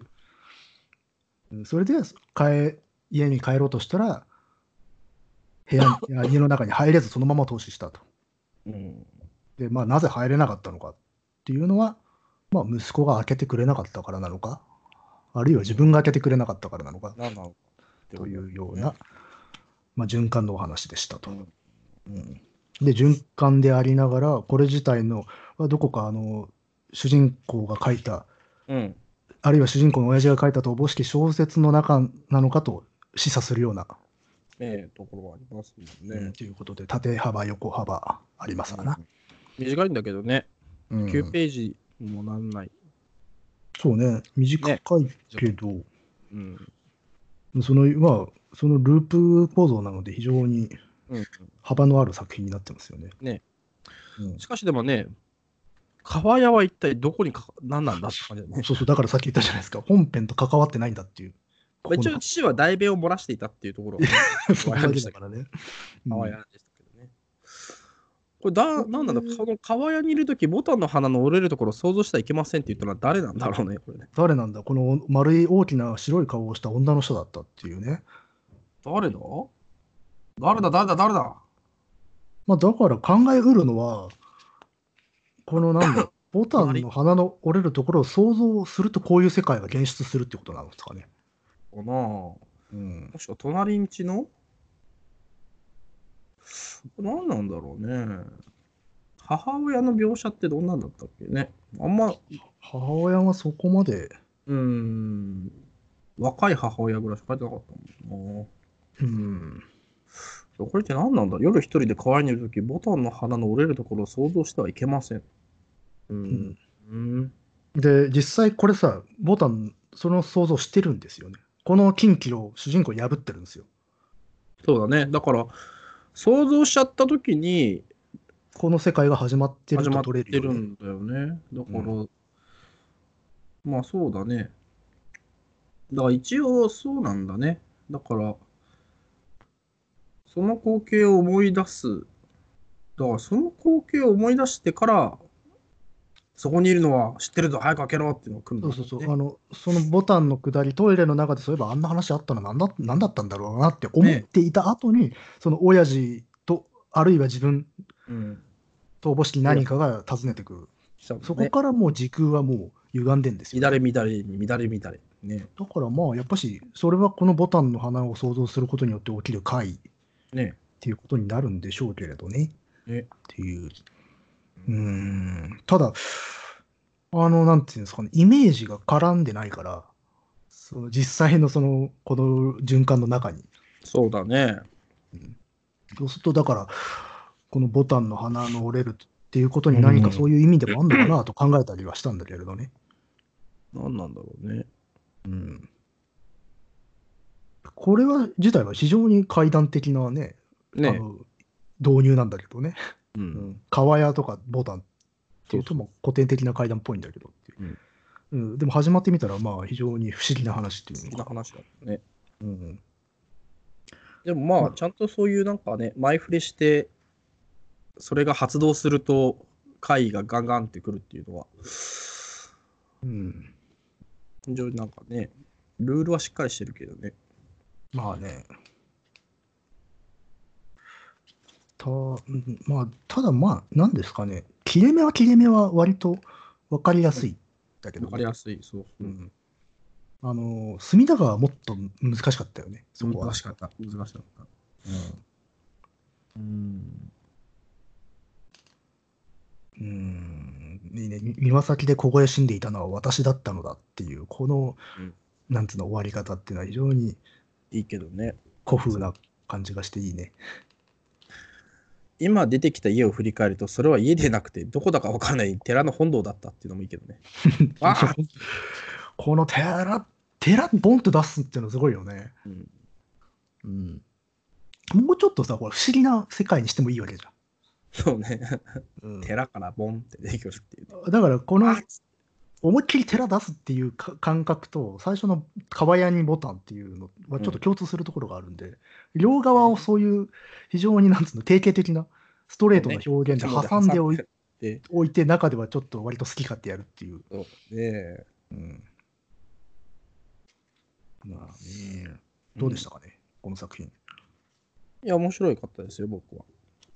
うんそれで帰、家に帰ろうとしたら、部屋にいや家の中に入れず、そのまま投資したと。
うん。
で、まあ、なぜ入れなかったのかっていうのは、まあ、息子が開けてくれなかったからなのか、あるいは自分が開けてくれなかったからなのか
なんなのか。
と
う。
いうような、まあ、循環のお話でしたと。
うん
うんで循環でありながらこれ自体のはどこかあの主人公が書いた
うん。
あるいは主人公の親父が書いたとおぼしき小説の中なのかと示唆するような、
ねえ、ところはありますもんね。
うんということで縦幅横幅ありますかな。
短いんだけどね、
うん
9ページにもなんない。
そうね短いけど、
うん。
そのまあそのループ構造なので非常に
うん、
幅のある作品になってますよね。
ね
うん
しかしでもね、川屋は一体どこにか何なんだって感じだね。
そうそうだからさっき言ったじゃないですか本編と関わってないんだっていう。
まあ一応父は代弁を漏らしていたっていうところは、ね、
そこだけだからね。うん
川屋でしたけどね。これだ、なんなんだ、この川屋にいるとき、ボタンの花の折れるところを想像してはいけませんって言ったのは誰なんだろうね、これね。
誰なんだこの丸い大きな白い顔をした女の人だったっていうね。
誰だ誰だ、誰だ、誰だ
まあ、だから考えうるのは、このなんだ ボタンの花の折れるところを想像するとこういう世界が現出するってことなんですかね。
かなあ
うん、
もしくは隣んちの何なんだろうね。母親の描写ってどんなんだったっけね。あんま、
母親はそこまで、
うーん、若い母親ぐらいしか書いてなかったもんな。
うん、
これって何なんだ夜一人で川にいるとき、ボタンの花の折れるところを想像してはいけません。う
うんん。。
うん。
で、実際これさ、ボタン、その想像してるんですよね。この近畿を主人公破ってるんですよ。
そうだね。だから、想像しちゃったときに
この世界が始まってる
始
と
まっ
取れ
て
るよ
る
ね、
んだよね。だから、
う
まあそうだね。だから一応そうなんだね。だから、その光景を思い出す。だからその光景を思い出してから、そこにいるのは知ってるぞ、早く開けろっていうのが来るんだ
そ
も
うんそうそう、
ね
あのそのボタンの下り、トイレの中でそういえばあんな話あったのなんだなんだったんだろうなって思っていた後に、その親父と、あるいは自分
うん
とおぼしき何かが訪ねてくる、
そうだね
そこからもう時空はもう歪んでんですよ、
乱れ乱れに乱れ乱れ。ね。
だからまあ、やっぱし、それはこのボタンの花を想像することによって起きる回っ
ね。
ていうことになるんでしょうけれどね。
ね
っていう。うーん。ただ、あの、なんていうんですかね、イメージが絡んでないから、その実際のその、この循環の中に。
そうだね。
そうすると、だから、このボタンの花の折れるっていうことに何かそういう意味でもあるのかなと考えたりはしたんだけれどね。
何なんだろうね。
うん。これは、自体は非常に階段的なね、あ
ね。
の導入なんだけどね。
う。
うんん。革屋とかボタンっていうとも古典的な階段っぽいんだけどっていう。うんでも始まってみたら、まあ、非常に不思議な話ってい
素
う
敵
の
な
が。
話だね。
うん。
でもま
ま
あ、
あ
ちゃんとそういうなんかね、前振りして、それが発動すると、回がガンガンってくるっていうのは、
うん。
非常になんかね、ルールはしっかりしてるけどね。
まあね。た、うんまあ、ただまあ、なんですかね。切れ目は切れ目は割と分かりやすいんだけど、
わかりやすい、そう。
う
うん、
ん。あの、隅田川はもっと難しかったよね。そこは。
難しかった。難しかった。うん。
うん。うん。ねえねえみ庭先で凍え死んでいたのは私だったのだっていう、この、
うん
なんつうの終わり方っていうのは非常に
いいけどね。
古風な感じがしていいね。
今出てきた家を振り返ると、それは家でなくて、どこだかわからない寺の本堂だったっていうのもいいけど ね。ああ
この寺、寺ボンと出すっていうのすごいよね。
うん、
うん。もうちょっとさ、これ不思議な世界にしてもいいわけじ
そうね。
ゃん。うん、
寺からボンって出てくるっていうね。
だから、この
あ
思いっきり寺出すっていうか感覚と、最初の川屋にボタンっていうのはちょっと共通するところがあるんで、両側をそういう非常になんつうの、定型的なストレートな表現で挟んでおい
挟んで
おいて、中ではちょっと割と好き勝手やるっていう。
そうね。
うんまあね、どうでしたかね、この作品。
いや、面白かったですよ、僕は。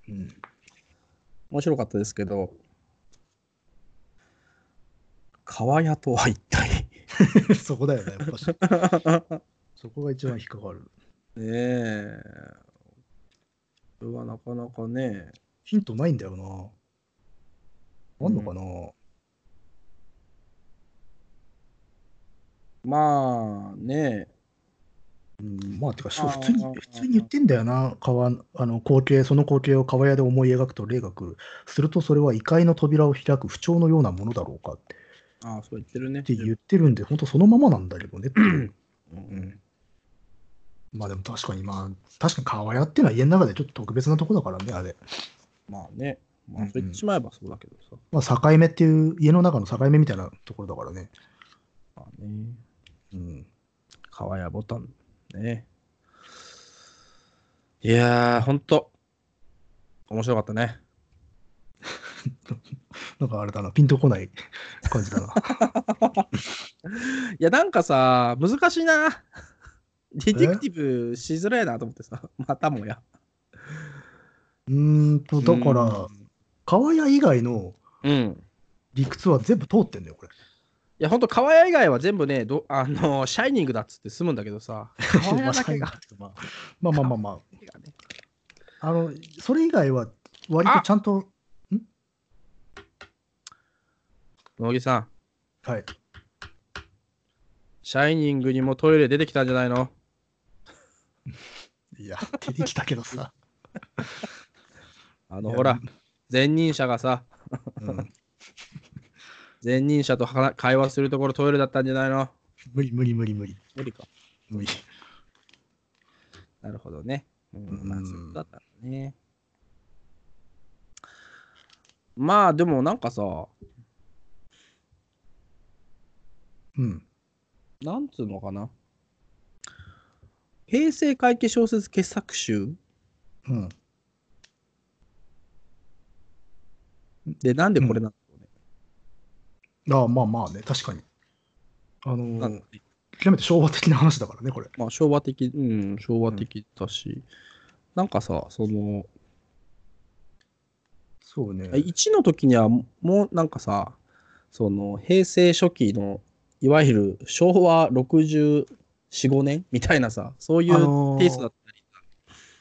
うん
面白かったですけど、川屋とは一 体
そこだよね、やっぱし。そこが一番引っかかる。
ねえ。これはなかなかね、
ヒントないんだよな。あんのかな、
まあね、
うんまあ、てか、し
あー
普通に
あー、
普通に言ってんだよな。川、あの、光景、その光景を川屋で思い描くと霊学。するとそれは異界の扉を開く不調のようなものだろうかって
ああ、そう言ってるね。
って言ってるんで、本当そのままなんだけどねっていう。
うん
まあでも確かに、まあ、確かに川屋っていうのは家の中でちょっと特別なとこだからね、あれ。
まあね、ま
う
あ
んうん
そう言ってしまえばそうだけどさ。
まあ、境目っていう、家の中の境目みたいなところだからね。
まあね、
うん。
川屋ボタンね。いやー、ほんと、面白かったね。
なんかあれだな、ピンとこない感じだ な。
いや、なんかさ、難しいな。ディテクティブしづらいなと思ってさ、またもや。
うーんと、だから、川屋以外の
うん。うん。
理屈は全部通ってんだよ、これ。
いや、ほんと、川屋以外は全部ね、どあのシャイニングだっつって済むんだけどさ、川屋だけが。
まあまあまあまあま
手がね
あ、あの、それ以外は割とちゃんと、
野木さん、
はい。
シャイニングにもトイレ出てきたんじゃないの
いや、出てきたけどさ。
あの、
いや
ほら、前任者がさ、
うん
前任者と話会話するところトイレだったんじゃないの
無理無理無理無理
無理か。
無理。
なるほどね。うん、まあ、
うん
そういうことだったらね。まあ、でもなんかさ、
うん。
なんつうのかな。平成会計小説傑作集
うん。
で、なんでこれな
ああまあまあね、確かに。あ
の、な
の
ん、
極めて昭和的な話だからね、これ。
まあ、昭和的、うん、昭和的だし、なんかさ、その、
そうね。
1の時にはもうなんかさ、その平成初期のいわゆる昭和64、5年みたいなさ、そうい
あ
う
のー
テイストだったり、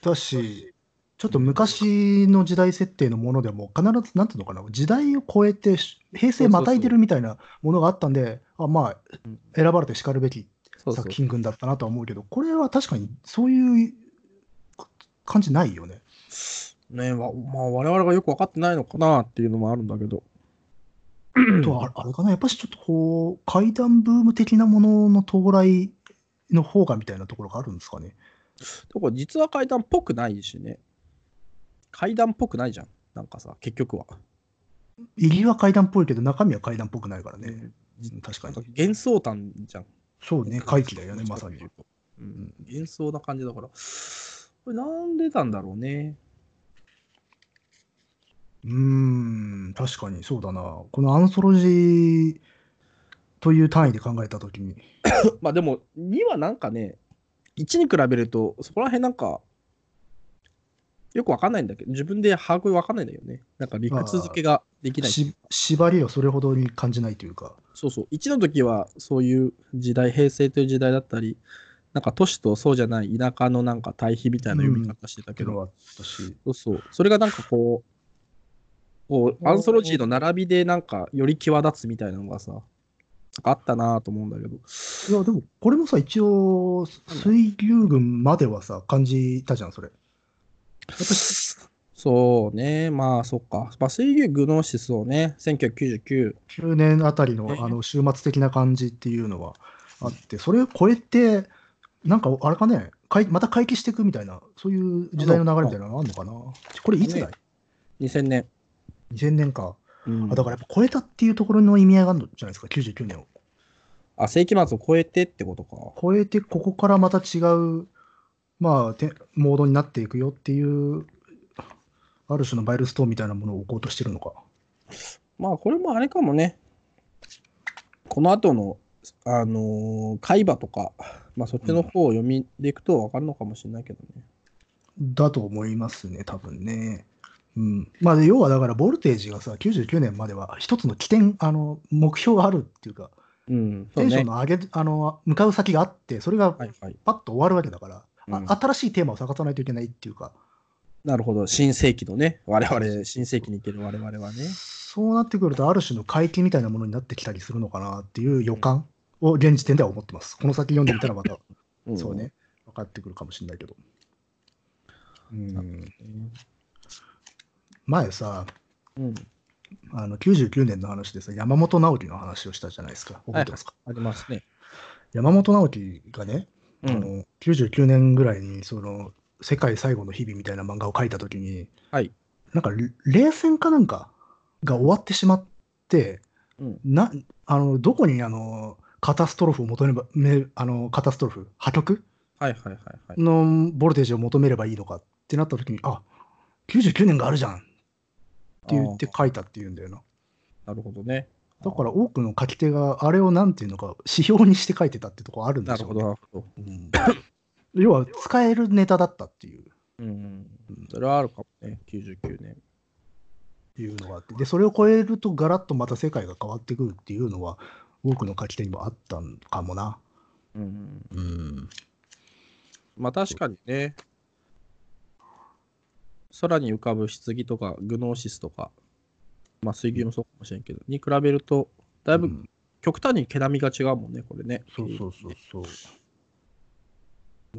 だし、ちょっと昔の時代設定のものでも、必ず、なんていうのかな、時代を超えて、し平成またいでるみたいなものがあったんで、あまあ
うん、
選ばれてしかるべき
そうそう
作品群だったなとは思うけど、これは確かにそういうか感じないよね。
ねわまあ、我々がよく分かってないのかなっていうのもあるんだけど。
とああれかな、やっぱしちょっとこう、怪談ブーム的なものの到来の方がみたいなところがあるんですかね。
だから実は階段っぽくないしね。階段っぽくないじゃん。なんかさ、結局は。
入りは怪談っぽいけど、中身は怪談っぽくないからね。確か
なん
に
か。幻想譚じゃん。
そうね、怪奇だよね、まさに。。
うん、幻想な感じだから。これなんでなんだろうね。
うーん、確かにそうだな。このアンソロジーという単位で考えたときに、
まあでも2はなんかね1に比べるとそこら辺なんかよくわかんないんだけど自分で把握わかんないんだよねなんか理屈付けができない
し縛りをそれほどに感じないというか、
そうそう1の時はそういう時代平成という時代だったりなんか都市とそうじゃない田舎のなんか対比みたいな読み方してたけ
け
ど、
どは
そ
私、
うそうそれがなんかこうこうアンソロジーの並びでなんかより際立つみたいなのがさあったなぁと思うんだけど
いや、でも、これもさ、一応、水牛群まではさ、感じたじゃん、それ。
そうね、まあそっか。まあ、水牛グノーシスをね、1999。
9年あたり
ね
のあの終末的な感じっていうのはあって、それを超えて、なんかあれかね、かいまた回帰していくみたいな、そういう時代の流れみたいなのがあるのかな。これいつだい、
ね2000年。
?2000 年か。
うん
あだからやっぱ超えたっていうところの意味合いがあるんじゃないですか、99年を。
あ、世紀末を超えてってことか。
超えて、ここからまた違う、まあ、てモードになっていくよっていう、ある種のバイルストーンみたいなものを置こうとしてるのか。
まあこれもあれかもね。この後の、あのー、海馬とか、まあそっちの方を読みでいくと分かるのかもしれないけどね。
だと思いますね、多分ね。うんまあ、で要はだから、ボルテージがさ、99年までは一つの起点、あの目標があるっていうか、
うん、そ
テ
う
ンショ
ね
ン。の上げ、あの向かう先があって、それが
はいはい。
パッと終わるわけだから、あ
うん
新しいテーマを探さないといけないっていうか、
なるほど。新世紀のね。我々、新世紀に行ける我々はね。
そうなってくると、ある種の回帰みたいなものになってきたりするのかなっていう予感を現時点では思ってます。この先読んでみたらまた、
うん
そう。ね、分かってくるかもしれないけど。うん、前さ、
うん。
あの99年の話でさ、山本直樹の話をしたじゃないですか。覚えてますか、
ありますね。
山本直樹がね、
う
あ
ん。
の99年ぐらいにその「世界最後の日々」みたいな漫画を書いた時に、
はい
なんかれ冷戦かなんかが終わってしまって
うん。
なあのどこにあのカタストロフを求めればめあのカタストロフ破局
はいはいはいはい。
のボルテージを求めればいいのかってなった時にあ99年があるじゃんって言って書いたっていうんだよな。
あーなるほどね。
だから多くの書き手があれをなんていうのか指標にして書いてたってとこあるんで
な
し
る
ょ
ほ
う
ど、
ね
なるほど。
うん要は使えるネタだったっていう
うん。それはあるかもね、99年。
いうのがあってでそれを超えるとガラッとまた世界が変わってくるっていうのは多くの書き手にもあったんかもな。
うん。
うん、
まあ確かにね、空に浮かぶ棺とか、グノーシスとか、まあ水牛もそうかもしれんけど、に比べると、だいぶ極端に毛並みが違うもんね、これね。
そうそうそうそう。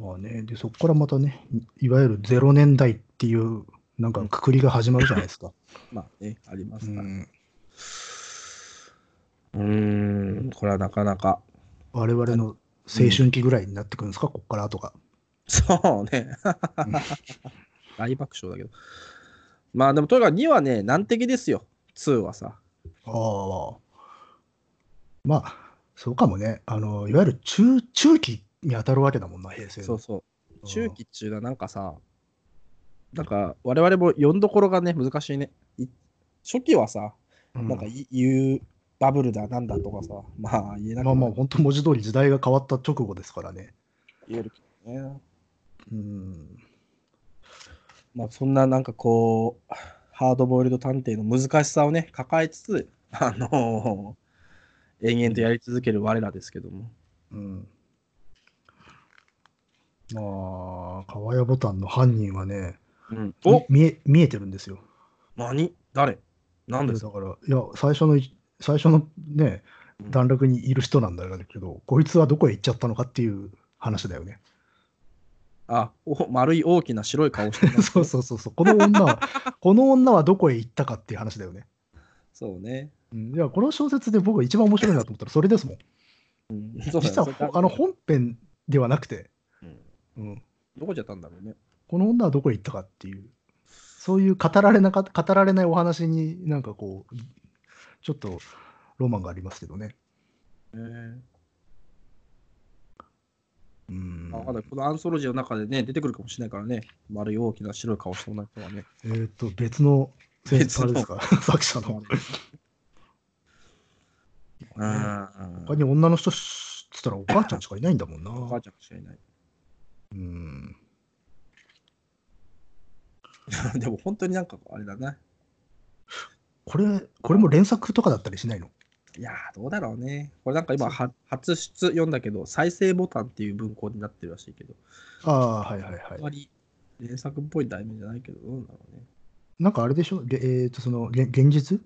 まあね、でそこからまたねいいわゆるゼロ年代っていうなんかくくりが始まるじゃないですか。
まあね、ありま
う、
すから。うんーん、んこれはなかなか。
我々の青春期ぐらいになってくるんですか、ここからとか。
そうね。
うん
大爆笑だけど。まあでも、とにかく2はね、難敵ですよ、2はさ。
ああ。まあ、そうかもね。あの、いわゆる中、中期に当たるわけだもんな、平成の。
そうそう。
うん
中期っていうのはなんかさ、なんか我々も読んどころがね、難しいね。い初期はさ、
うん
なんかい言うバブルだなんだとかさ、まあ言えなく
まあまあ、
も
本当文字通り時代が変わった直後ですからね。
言えるけどね。
うん。
まあそんななんかこう、ハードボイルド探偵の難しさをね、抱えつつ、あの延々とやり続ける我らですけども。
うん。まあ、川谷ボタンの犯人はね、
うん、お
み見え見えてるんですよ。
何誰何ですか
だから、いや、最初のい、最初のね
う、ん
段落にいる人なんだけど、こいつはどこへ行っちゃったのかっていう話だよね。
あお、丸い大きな白い顔してます。
そうそうそうそう。この 女は、この女はどこへ行ったかっていう話だよね。
そうね。
うん、いや、この小説で僕が一番面白いなと思ったらそれですもん。
うん、そうだよ
実は
それ、
あの、本編ではなくて、
うん
うん、
どこじゃったんだろうね。
この女はどこへ行ったかっていう、そういう語られなか語られないお話に、なんかこう、ちょっとロマンがありますけどね。
えー
うん
まあ、まだこのアンソロジーの中でね、出てくるかもしれないからね。丸い大きな白い顔した女の人はね。
えっ、と、別の、
別の
あれですか、 作 者の。
うん。
他に女の人しつったらお母ちゃんしかいないんだもんな。
お母ちゃんかもしれない。
うん。
でも本当になんかあれだな。
これ、これも連作とかだったりしないの
いやー、どうだろうね。これなんか今は、初出読んだけど、再生ボタンっていう文庫になってるらしいけど、
ああ、はいはい
あん
は
まり連作っぽい題名じゃないけど、どうなんだろうね。
い。なんかあれでしょでえっ、と、その、げ現実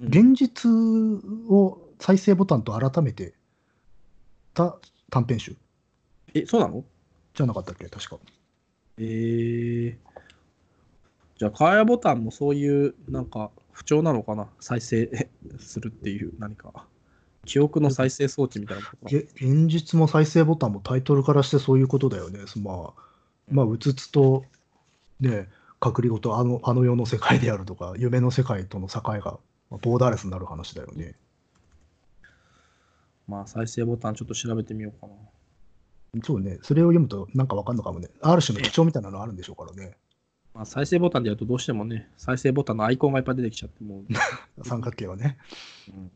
うん
現実を再生ボタンと改めてた短編集
え、そうなの
じゃなかったっけ確か。
えー。じゃあ、カーヤボタンもそういう、なんか、不調なのかな再生 するっていう、何か。記憶の再生装置みたいなことなの
げ現実も再生ボタンもタイトルからしてそういうことだよね。そまあ、まあ、うつつと、ね、隔離ごとあのあの世の世界であるとか、夢の世界との境がまあボーダーレスになる話だよね。
まあ、再生ボタンちょっと調べてみようかな。
そうね、それを読むとなんかわかんのかもね。ある種の基調みたいなのあるんでしょうからね。
まあ、再生ボタンでやるとどうしてもね、再生ボタンのアイコンがいっぱい出てきちゃって、もう。
三角形はね。
うん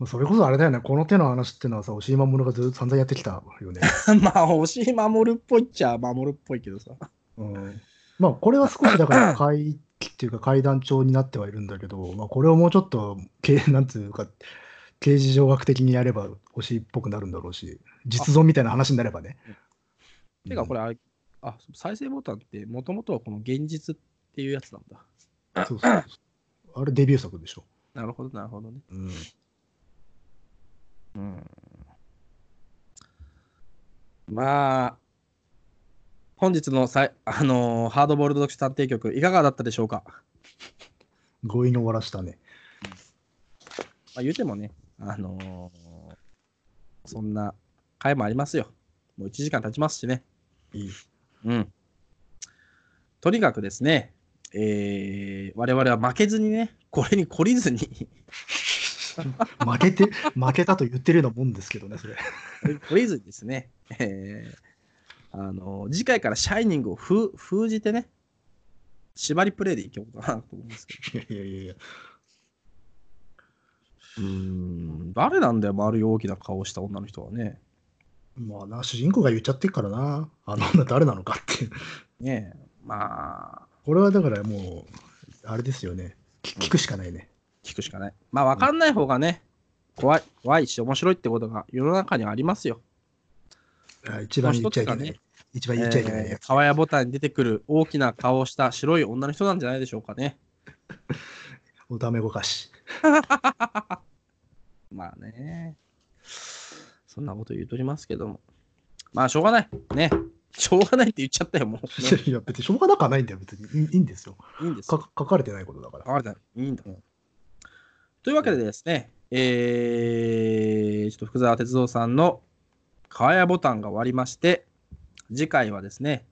まあそれこそあれだよね、この手の話っていうのはさ、押井守がずっと散々やってきた よね。
まあ、押し守るっぽいっちゃ守るっぽいけどさ。
うんまあこれは少しだから回帰っていうか階段調になってはいるんだけど、まあ、これをもうちょっとけ なんつうか刑事上学的にやれば星っぽくなるんだろうし実存みたいな話になればね。
てか、こ
れ、
れあれ、あ、再生ボタンって、もともとはこの現実っていうやつなんだ。
そうそうそうあれデビュー作でしょ。
なるほど、なるほどね。
うん、
うん。まあ、本日のさい、あのーハードボールド読書探偵局、いかがだったでしょうか、ま
強引に終わらしたね。
あ、言うてもね、あのーそんな回もありますよ。もう1時間経ちますしね。
いい
うん。とにかくですね、えー我々は負けずにね、これに懲りずに、
負けて 負けたと言ってるようなもんですけどねそれ。
懲りずにですね、えーあの次回からシャイニングを封封じてね、縛りプレイでいけようかなと思うんですけ
いやいやいやいや。
ど、うーん、誰なんだよ、丸い大きな顔した女の人はね。
まあな主人公が言っちゃってるからなあの女誰なのかっていう。
ねえ、まあ、
これはだからもうあれですよね聞聞くしかないね。
聞くしかない。まあ、わかんない方がね、怖い、怖いし、面白いってことが世の中にはありますよ。
あ一番言っちゃいけ
も
な
う
い。
一つがね
一番言っちゃいけないや
え
つ。
ー川谷ボタンに出てくる大きな顔をした白い女の人なんじゃないでしょうかね。
おダメごかし。
まあね。そんなこと言うとりますけども。まあ、しょうがない。ね。しょうがないって言っちゃったよ、 もう。ね
いや、別にしょうがなくはないんだよ、別に。いいいいんですよ。
いいんですよ。
か書かれてないことだから。
あれだ、いいんだ。というわけでですね、えー、ちょっと福沢哲郎さんの川谷ボタンが終わりまして、次回はですね、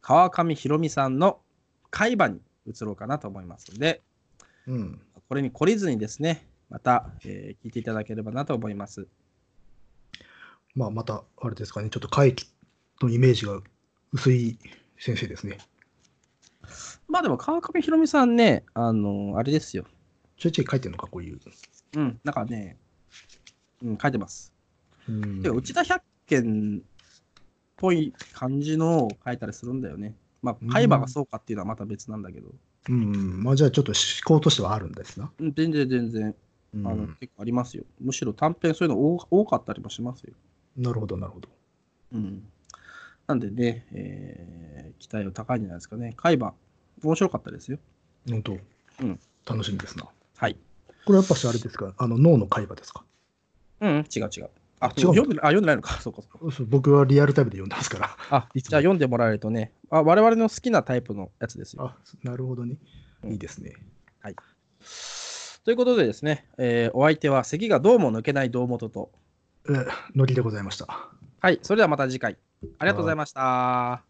川上博美さんの海馬に移ろうかなと思いますので、
うん。
これに懲りずにですね、また、えー聞いていただければなと思います。
まあ、また、あれですかね、ちょっと回帰のイメージが薄い先生ですね。
まあでも川上弘美さんね、あのあれですよ。
ちょいちょい書いてるのか、こういう。
うん、なんかね、うん、書いてます。
うん
で、内田百軒っぽい感じのを書いたりするんだよね。まあ、海馬がそうかっていうのはまた別なんだけど。
うん。まあ、じゃあ、ちょっと思考としてはあるんですな。
うん、全然全然。
うん
あの結構ありますよ。むしろ短編そういうの多多かったりもしますよ。
なるほど、なるほど。
うん、なんでね、えー期待は高いんじゃないですかね。海馬、面白かったですよ。
本当、
うん
楽しみですな。
はい。
これやっぱしあれですか、あの脳の海馬ですか。
うん、違う違う。あ、
違うの
読んでないあ読んでないのか。そう かそうか。
そう僕はリアルタイムで読んでますから。
あ、
いつも
じゃあ読んでもらえるとねあ、我々の好きなタイプのやつですよ。
あ、なるほどね。いいですね。
ということでですね、えーお相手は咳がどうも抜けない堂本と。
えー、ノリでございました。
はい、それではまた次回。ありがとうございました。